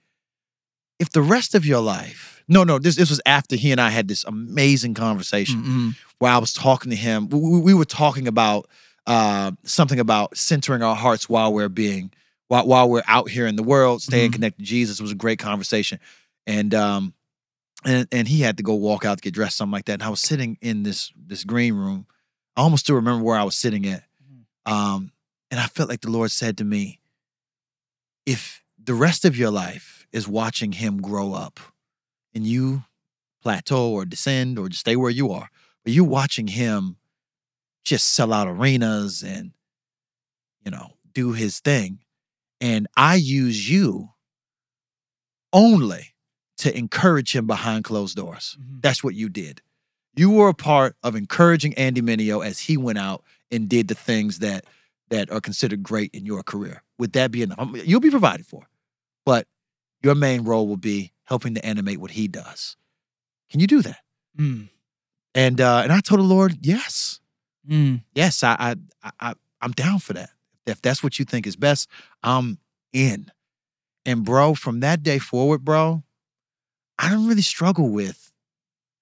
Speaker 4: "If the rest of your life." No, no, this this was after he and I had this amazing conversation
Speaker 3: Mhm.
Speaker 4: where I was talking to him. We, we- we were talking about uh, something about centering our hearts while we're being while, while we're out here in the world, staying
Speaker 3: Mhm.
Speaker 4: connected to Jesus. It was a great conversation, and um, and and he had to go walk out to get dressed, something like that. And I was sitting in this this green room. I almost still remember where I was sitting at, um, and I felt like the Lord said to me, "If the rest of your life is watching him grow up, and you plateau or descend or just stay where you are." but you're watching him just sell out arenas and you know do his thing and i use you only to encourage him behind closed doors
Speaker 3: Mhm.
Speaker 4: that's what you did you were a part of encouraging andy mineo as he went out and did the things that that are considered great in your career would that be enough I'm- you'll be provided for but your main role will be helping to animate what he does can you do that
Speaker 3: Mm.
Speaker 4: and uh, and I told the Lord, yes,
Speaker 3: Mm.
Speaker 4: yes, I I, I I'm down for that. If that's what you think is best, I'm in. And bro, from that day forward, bro, I don't really struggle with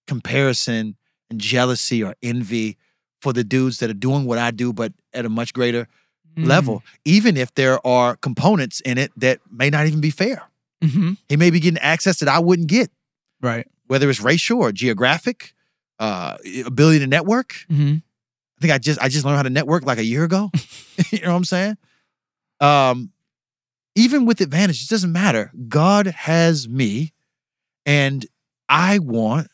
Speaker 4: comparison and jealousy or envy for the dudes that are doing what I do, but at a much greater
Speaker 3: Mm-hmm.
Speaker 4: level, even if there are components in it that may not even be fair.
Speaker 3: Mm-hmm.
Speaker 4: He may be getting access that I wouldn't get,
Speaker 3: Right.
Speaker 4: whether it's racial or geographic, uh, ability to network.
Speaker 3: Mm-hmm.
Speaker 4: I think I just I just learned how to network like a year ago. you know what I'm saying? Um, even with advantage, it doesn't matter. God has me, and I want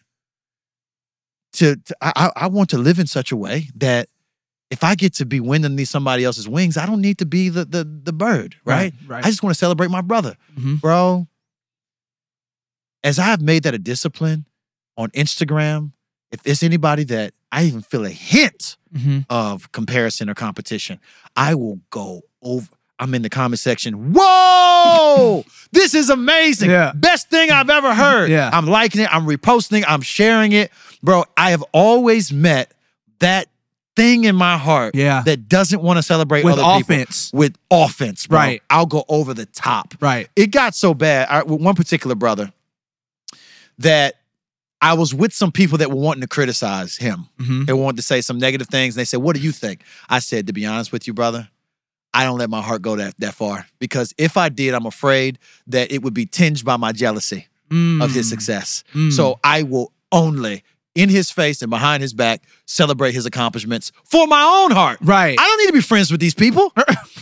Speaker 4: to, to- I, I I want to live in such a way that if I get to be wind underneath somebody else's wings, I don't need to be the the the bird, right?
Speaker 3: Right.
Speaker 4: I just want to celebrate my brother.
Speaker 3: Mhm.
Speaker 4: Bro, as I've made that a discipline on Instagram, if there's anybody that I even feel a hint
Speaker 3: mm-hmm.
Speaker 4: of comparison or competition, I will go over. I'm in the comment section. Whoa! this is amazing.
Speaker 3: Yeah.
Speaker 4: Best thing I've ever heard.
Speaker 3: Yeah.
Speaker 4: I'm liking it. I'm reposting. I'm sharing it. Bro, I have always met that thing in my heart
Speaker 3: Yeah.
Speaker 4: that doesn't want to celebrate
Speaker 3: With
Speaker 4: other
Speaker 3: offense.
Speaker 4: people. With offense, bro.
Speaker 3: Right.
Speaker 4: I'll go over the top
Speaker 3: Right.
Speaker 4: it got so bad I, with one particular brother that I was with some people that were wanting to criticize him.
Speaker 3: Mhm.
Speaker 4: They wanted to say some negative things, and they said, "What do you think?" I said, "To be honest with you, brother, I don't let my heart go that that far because if I did, I'm afraid that it would be tinged by my jealousy
Speaker 3: Mm-hmm.
Speaker 4: of his success.
Speaker 3: Mm.
Speaker 4: So I will only." In his face and behind his back, celebrate his accomplishments for my own heart.
Speaker 3: Right.
Speaker 4: I don't need to be friends with these people.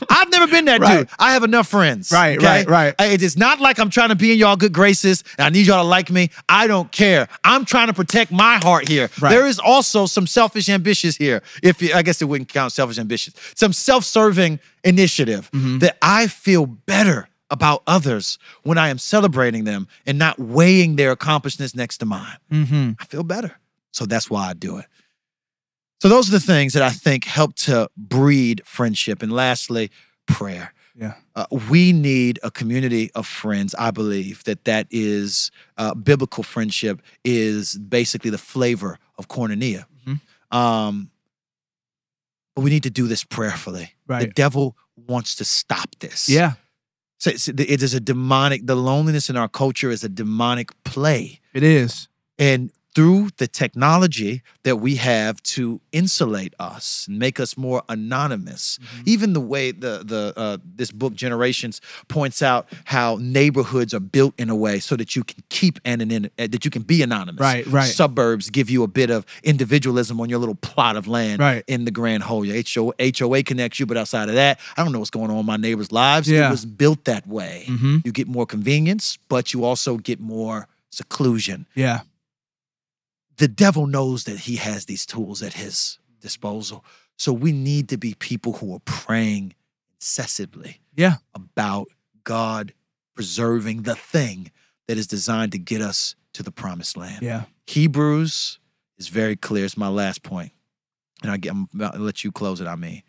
Speaker 4: I've never been that
Speaker 3: Right.
Speaker 4: dude. I have enough friends.
Speaker 3: Right, right, right.
Speaker 4: I- It is not like I'm trying to be in y'all good graces and I need y'all to like me. I don't care. I'm trying to protect my heart here.
Speaker 3: Right.
Speaker 4: There is also some selfish ambitions here. If you, I guess it wouldn't count selfish ambitions, some self-serving initiative
Speaker 3: Mm-hmm.
Speaker 4: that I feel better about others when I am celebrating them and not weighing their accomplishments next to mine.
Speaker 3: Mm-hmm.
Speaker 4: I feel better. So that's why I do it. So those are the things that I think help to breed friendship. And lastly, prayer.
Speaker 3: Yeah.
Speaker 4: Uh, we need a community of friends. I believe that that is uh, biblical friendship is basically the flavor of Cornelia.
Speaker 3: Mm-hmm.
Speaker 4: Um, but we need to do this prayerfully. The
Speaker 3: Right.
Speaker 4: devil wants to stop this.
Speaker 3: Yeah.
Speaker 4: So it's- it is a demonic. The loneliness in our culture is a demonic play.
Speaker 3: It is.
Speaker 4: And through the technology that we have to insulate us and make us more anonymous,
Speaker 3: Mm-hmm.
Speaker 4: even the way the the uh, this book Generations points out how neighborhoods are built in a way so that you can keep anonymity, that you can be anonymous.
Speaker 3: Right, right.
Speaker 4: Suburbs give you a bit of individualism on your little plot of land
Speaker 3: Right.
Speaker 4: in the Grand Hole. Your HO, HOA connects you, but outside of that, I don't know what's going on in my neighbors' lives. It
Speaker 3: Yeah.
Speaker 4: was built that way.
Speaker 3: Mhm.
Speaker 4: You get more convenience, but you also get more seclusion
Speaker 3: Yeah.
Speaker 4: the devil knows that he has these tools at his disposal. So we need to be people who are praying incessantly
Speaker 3: Yeah.
Speaker 4: about God preserving the thing that is designed to get us to the promised land.
Speaker 3: Yeah.
Speaker 4: Hebrews is very clear. It's my last point. And I get, I'm about to let you close it. I mean,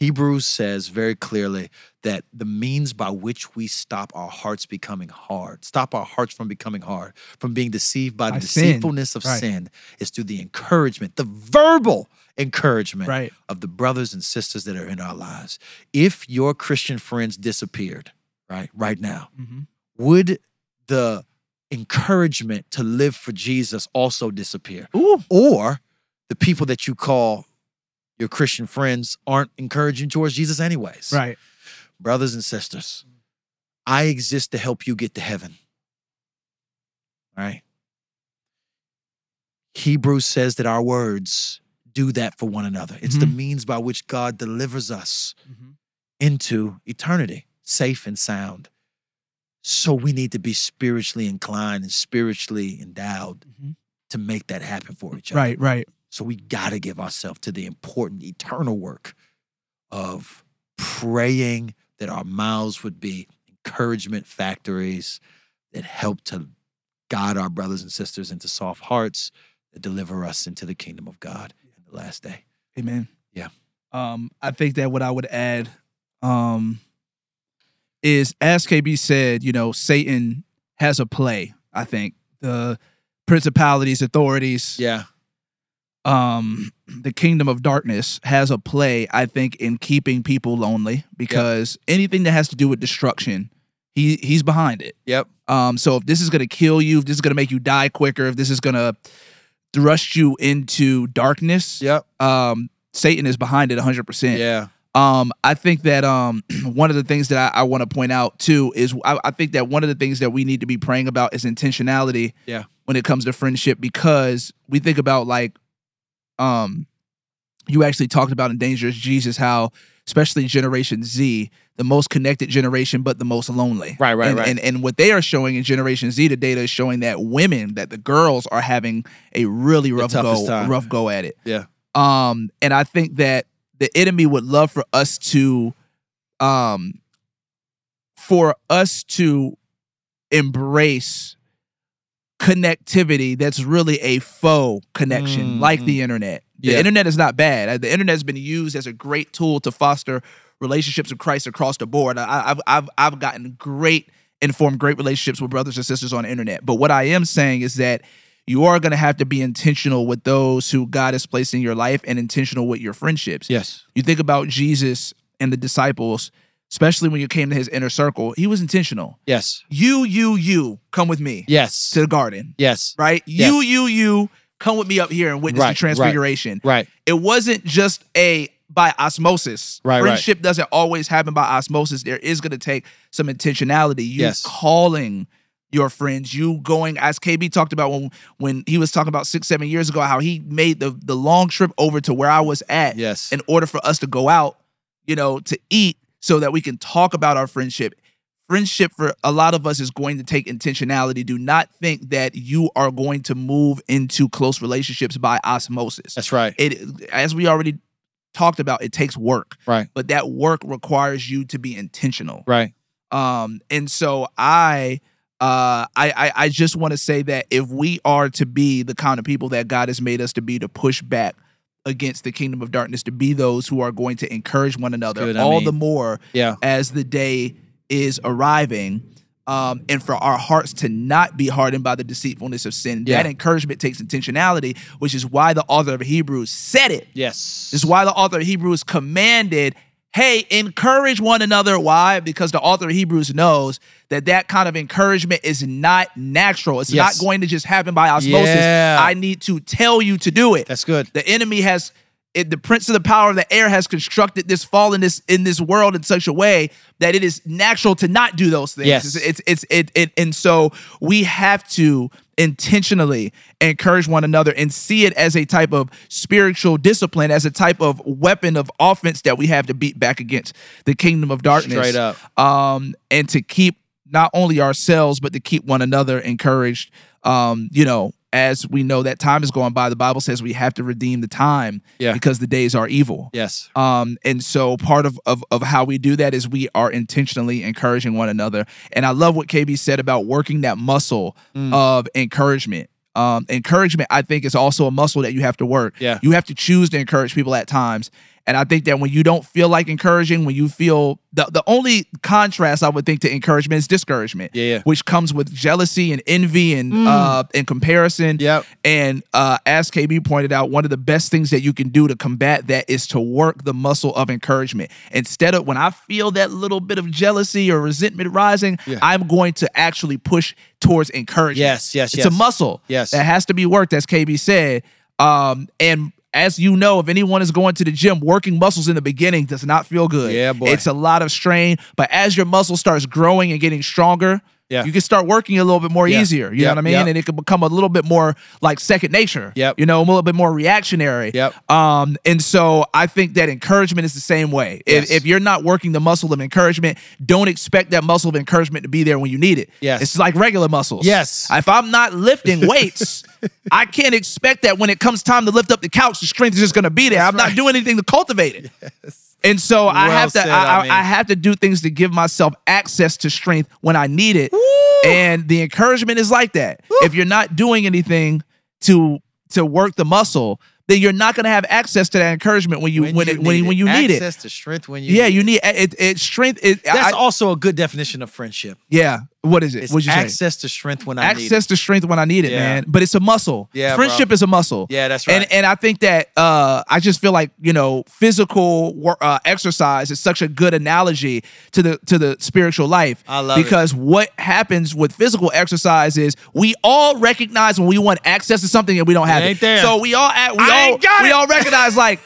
Speaker 4: Hebrews says very clearly that the means by which we stop our hearts becoming hard, stop our hearts from becoming hard, from being deceived by the
Speaker 3: By sin.
Speaker 4: deceitfulness of
Speaker 3: Right.
Speaker 4: sin, is through the encouragement, the verbal encouragement
Speaker 3: Right.
Speaker 4: of the brothers and sisters that are in our lives. If your Christian friends disappeared, right, right now,
Speaker 3: Mm-hmm.
Speaker 4: would the encouragement to live for Jesus also disappear?
Speaker 3: Ooh.
Speaker 4: Or the people that you call your Christian friends aren't encouraging towards Jesus, anyways?
Speaker 3: Right.
Speaker 4: Brothers and sisters, I exist to help you get to heaven. All right? Hebrews says that our words do that for one another. It's the
Speaker 3: Mhm.
Speaker 4: means by which God delivers us
Speaker 3: Mhm.
Speaker 4: into eternity, safe and sound. So we need to be spiritually inclined and spiritually endowed
Speaker 3: Mhm.
Speaker 4: to make that happen for each other.
Speaker 3: Right. Right.
Speaker 4: So we got to give ourselves to the important eternal work of praying that our mouths would be encouragement factories that help to guide our brothers and sisters into soft hearts that deliver us into the kingdom of God in the last day.
Speaker 3: Amen.
Speaker 4: Yeah.
Speaker 3: Um, I think that what I would add um is as KB said, you know, Satan has a play, I think. The principalities, authorities,
Speaker 4: Yeah.
Speaker 3: um the kingdom of darkness has a play i think in keeping people lonely because anything that has to do with destruction he he's behind it
Speaker 4: Yep.
Speaker 3: um so if this is going to kill you if this is going to make you die quicker if this is going to thrust you into darkness
Speaker 4: Yep.
Speaker 3: um satan is behind it 100%
Speaker 4: Yeah.
Speaker 3: um, I think that um, one of the things that I, I want to point out too is I, I think that one of the things that we need to be praying about is intentionality.
Speaker 4: Yeah.
Speaker 3: When it comes to friendship, because we think about like, um, you actually talked about in Dangerous Jesus how, especially Generation Z, the most connected generation, but the most lonely.
Speaker 4: Right, right,
Speaker 3: and,
Speaker 4: right.
Speaker 3: And and what they are showing in Generation Z, the data is showing that women, that the girls are having a really rough
Speaker 4: toughest
Speaker 3: go,
Speaker 4: time.
Speaker 3: rough go at it.
Speaker 4: Yeah.
Speaker 3: Um, and I think that the enemy would love for us to, um, for us to embrace connectivity that's really a faux connection,
Speaker 4: Mm,
Speaker 3: like the internet. The
Speaker 4: Yeah.
Speaker 3: internet is not bad. Uh, The internet has been used as a great tool to foster relationships with Christ across the board. I, I've I've I've gotten great and formed great relationships with brothers and sisters on the internet. But what I am saying is that you are going to have to be intentional with those who God has placed in your life and intentional with your friendships.
Speaker 4: Yes.
Speaker 3: You think about Jesus and the disciples, especially when you came to his inner circle, he was intentional.
Speaker 4: Yes.
Speaker 3: You, you, you, come with me
Speaker 4: Yes.
Speaker 3: to the garden,
Speaker 4: Yes.
Speaker 3: right?
Speaker 4: Yes.
Speaker 3: You, you, you, come with me up here and witness
Speaker 4: Right,
Speaker 3: the
Speaker 4: right.
Speaker 3: transfiguration
Speaker 4: Right.
Speaker 3: it wasn't just a by osmosis.
Speaker 4: Right, right.
Speaker 3: Friendship doesn't always happen by osmosis. There is going to take some intentionality. You
Speaker 4: Yes.
Speaker 3: calling your friends, you going as KB talked about when when he was talking about six seven years ago, how he made the the long trip over to where I was at
Speaker 4: Yes.
Speaker 3: in order for us to go out, you know, to eat so that we can talk about our friendship. Friendship for a lot of us is going to take intentionality. Do not think that you are going to move into close relationships by osmosis
Speaker 4: That's right.
Speaker 3: it as we already talked about it takes work
Speaker 4: Right.
Speaker 3: but that work requires you to be intentional
Speaker 4: Right.
Speaker 3: um and so i uh i i, I just want to say that if we are to be the kind of people that god has made us to be to push back against the kingdom of darkness to be those who are going to encourage one another
Speaker 4: Good, I
Speaker 3: all
Speaker 4: mean-
Speaker 3: the more
Speaker 4: Yeah.
Speaker 3: as the day is arriving um, and for our hearts to not be hardened by the deceitfulness of sin.
Speaker 4: Yeah.
Speaker 3: That encouragement takes intentionality, which is why the author of Hebrews said it.
Speaker 4: Yes.
Speaker 3: This is why the author of Hebrews commanded, hey, encourage one another. Why? Because the author of Hebrews knows that that kind of encouragement is not natural. It's
Speaker 4: Yes.
Speaker 3: not going to just happen by osmosis.
Speaker 4: Yeah.
Speaker 3: I need to tell you to do it.
Speaker 4: That's good.
Speaker 3: The enemy has, it, the prince of the power of the air has constructed this fallenness in this world in such a way that it is natural to not do those things.
Speaker 4: Yes.
Speaker 3: It's, it's, it's it, it, and so we have to intentionally encourage one another and see it as a type of spiritual discipline, as a type of weapon of offense that we have to beat back against the kingdom of darkness.
Speaker 4: Straight up.
Speaker 3: Um, and to keep not only ourselves, but to keep one another encouraged. Um, you know, as we know that time is going by, the Bible says we have to redeem the time
Speaker 4: Yeah.
Speaker 3: because the days are evil.
Speaker 4: Yes.
Speaker 3: Um, and so part of, of of how we do that is we are intentionally encouraging one another. And I love what KB said about working that muscle
Speaker 4: Mm.
Speaker 3: of encouragement. Um, encouragement, I think, is also a muscle that you have to work.
Speaker 4: Yeah.
Speaker 3: You have to choose to encourage people at times. And I think that when you don't feel like encouraging, when you feel the, the only contrast I would think to encouragement is discouragement.
Speaker 4: Yeah, Mm. yeah.
Speaker 3: Which comes with jealousy and envy and uh and comparison.
Speaker 4: Yep.
Speaker 3: And uh, as KB pointed out, one of the best things that you can do to combat that is to work the muscle of encouragement. Instead of when I feel that little bit of jealousy or resentment rising,
Speaker 4: Yeah.
Speaker 3: I'm going to actually push towards encouragement.
Speaker 4: Yes, yes,
Speaker 3: It's a
Speaker 4: yes.
Speaker 3: muscle
Speaker 4: Yes.
Speaker 3: that has to be worked, as KB said. Um, and as you know, if anyone is going to the gym, working muscles in the beginning does not feel good.
Speaker 4: Yeah, boy.
Speaker 3: It's a lot of strain. But as your muscle starts growing and getting stronger,
Speaker 4: Yeah.
Speaker 3: you can start working a little bit more
Speaker 4: Yeah.
Speaker 3: easier. You
Speaker 4: Yeah,
Speaker 3: know what I mean?
Speaker 4: yeah.
Speaker 3: And and it could become a little bit more like second nature.
Speaker 4: Yep.
Speaker 3: You know, a little bit more reactionary.
Speaker 4: Yep.
Speaker 3: Um, and so I think that encouragement is the same way.
Speaker 4: Yes.
Speaker 3: If, if you're not working the muscle of encouragement, don't expect that muscle of encouragement to be there when you need it.
Speaker 4: Yes.
Speaker 3: It's like regular muscles.
Speaker 4: Yes.
Speaker 3: If I'm not lifting weights, I can't expect that when it comes time to lift up the couch, the strength is just gonna be there. I'm not doing anything to cultivate it. And so I
Speaker 4: Well
Speaker 3: have to
Speaker 4: said,
Speaker 3: I, I,
Speaker 4: Amin.
Speaker 3: I have to do things to give myself access to strength when I need it. And the encouragement is like that. If you're not doing anything to to work the muscle, then you're not going to have access to that encouragement when you when it, when, when you need it.
Speaker 4: Access to strength when you
Speaker 3: Yeah, you need it, it strength it,
Speaker 4: That's
Speaker 3: I-
Speaker 4: also a good definition of friendship.
Speaker 3: yeah. What is it?
Speaker 4: It's
Speaker 3: What'd you say?
Speaker 4: access to strength when I need it.
Speaker 3: access to strength when I need it,
Speaker 4: Yeah.
Speaker 3: man. But it's a muscle.
Speaker 4: Yeah, bro.
Speaker 3: friendship is a muscle.
Speaker 4: Yeah, that's right.
Speaker 3: And and I think that uh, I just feel like you know physical wor- uh, exercise is such a good analogy to the to the spiritual life.
Speaker 4: I love it.
Speaker 3: because what happens with physical exercise is we all recognize when we want access to something and we don't have it.
Speaker 4: ain't there.
Speaker 3: So we all at, we
Speaker 4: I
Speaker 3: all
Speaker 4: ain't got
Speaker 3: we
Speaker 4: it.
Speaker 3: all recognize like.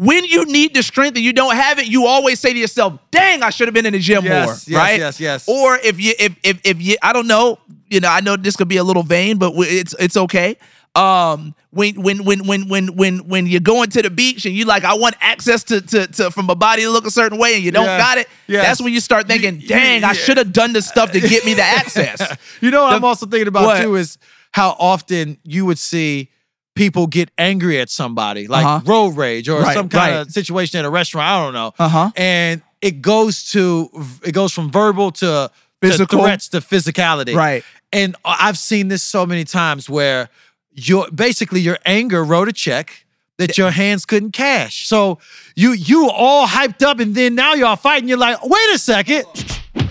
Speaker 3: When you need the strength and you don't have it, you always say to yourself, "Dang, I should have been in the gym
Speaker 4: Yes,
Speaker 3: more."
Speaker 4: yes,
Speaker 3: right?
Speaker 4: yes, yes.
Speaker 3: Or or if you if if if you I don't know, you know, I know this could be a little vain, but we- it's it's okay. Um, when when when when when when when you're going to the beach and you like I want access to to, to from my body to look a certain way and you don't
Speaker 4: Yeah.
Speaker 3: got it,
Speaker 4: Yes.
Speaker 3: that's when you start thinking,
Speaker 4: you-
Speaker 3: dang, I
Speaker 4: yeah.
Speaker 3: should have done the stuff to get me the access.
Speaker 4: You know what
Speaker 3: The-
Speaker 4: I'm also thinking about
Speaker 3: what?
Speaker 4: too is how often you would see people get angry at somebody, like
Speaker 3: Uh-huh.
Speaker 4: road rage or
Speaker 3: Right,
Speaker 4: some kind
Speaker 3: right.
Speaker 4: of situation at a restaurant. I don't know.
Speaker 3: Uh-huh.
Speaker 4: And it goes to it goes from verbal to
Speaker 3: Physical.
Speaker 4: to threats to physicality.
Speaker 3: Right.
Speaker 4: And I've seen this so many times where your basically your anger wrote a check that your hands couldn't cash. So you you all hyped up and then now y'all fighting. You're like, wait a second,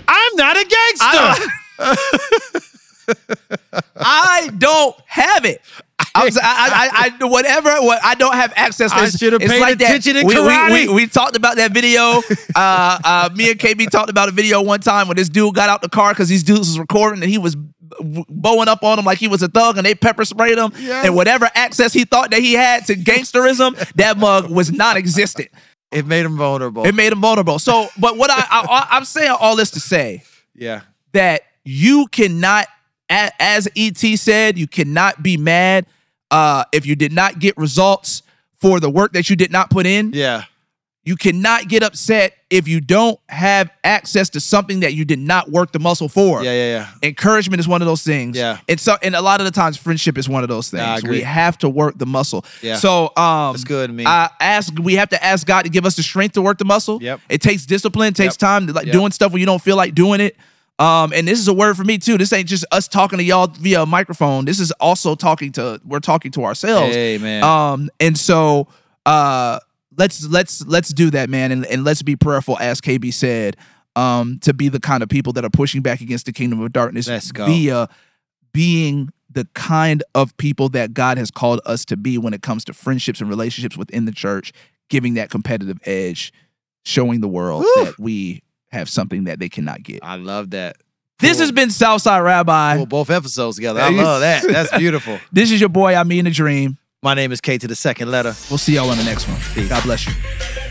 Speaker 4: I'm not a gangster.
Speaker 3: don't- I don't have it. I was, I, I, I, I- whatever, what I don't have access to.
Speaker 4: I
Speaker 3: It's-
Speaker 4: should've
Speaker 3: it's
Speaker 4: paid
Speaker 3: like that.
Speaker 4: attention in
Speaker 3: we, we-
Speaker 4: karate.
Speaker 3: We, we talked about that video. Uh, uh, me and KB talked about a video one time when this dude got out the car because these dudes was recording and he was w- bowing up on him like he was a thug and they pepper sprayed him.
Speaker 4: Yes.
Speaker 3: And whatever access he thought that he had to gangsterism, that mug was non-existent.
Speaker 4: It made him vulnerable.
Speaker 3: It made him vulnerable. So, but what I, I I'm saying all this to say
Speaker 4: yeah.
Speaker 3: that you cannot, a- as ET said, you cannot be mad uh, if you did not get results for the work that you did not put in.
Speaker 4: Yeah.
Speaker 3: You cannot get upset if you don't have access to something that you did not work the muscle for.
Speaker 4: Yeah. Yeah. Yeah.
Speaker 3: Encouragement is one of those things.
Speaker 4: Yeah.
Speaker 3: And so, and a lot of the times, friendship is one of those things.
Speaker 4: I agree.
Speaker 3: We have to work the muscle.
Speaker 4: Yeah.
Speaker 3: So, um,
Speaker 4: That's good, man.
Speaker 3: I ask. We have to ask God to give us the strength to work the muscle.
Speaker 4: Yep.
Speaker 3: It takes discipline. It takes
Speaker 4: Yep.
Speaker 3: time. Like
Speaker 4: Yep.
Speaker 3: doing stuff when you don't feel like doing it. Um, and this is a word for me too. This ain't just us talking to y'all via a microphone. This is also talking to. We're talking to ourselves.
Speaker 4: Hey, man.
Speaker 3: Um, and so uh, let's let's let's do that, man, and, and let's be prayerful, as KB said, um, to be the kind of people that are pushing back against the kingdom of darkness
Speaker 4: Let's go.
Speaker 3: via being the kind of people that God has called us to be when it comes to friendships and relationships within the church, giving that competitive edge, showing the world
Speaker 4: Woo.
Speaker 3: that we have something that they cannot get.
Speaker 4: I love that.
Speaker 3: This has been Southside Rabbi.
Speaker 4: Pull both episodes together. I
Speaker 3: Yes.
Speaker 4: love that. That's beautiful.
Speaker 3: This is your boy, I mean a dream.
Speaker 4: My name is K to the second letter.
Speaker 3: We'll see y'all on the next one. God bless you.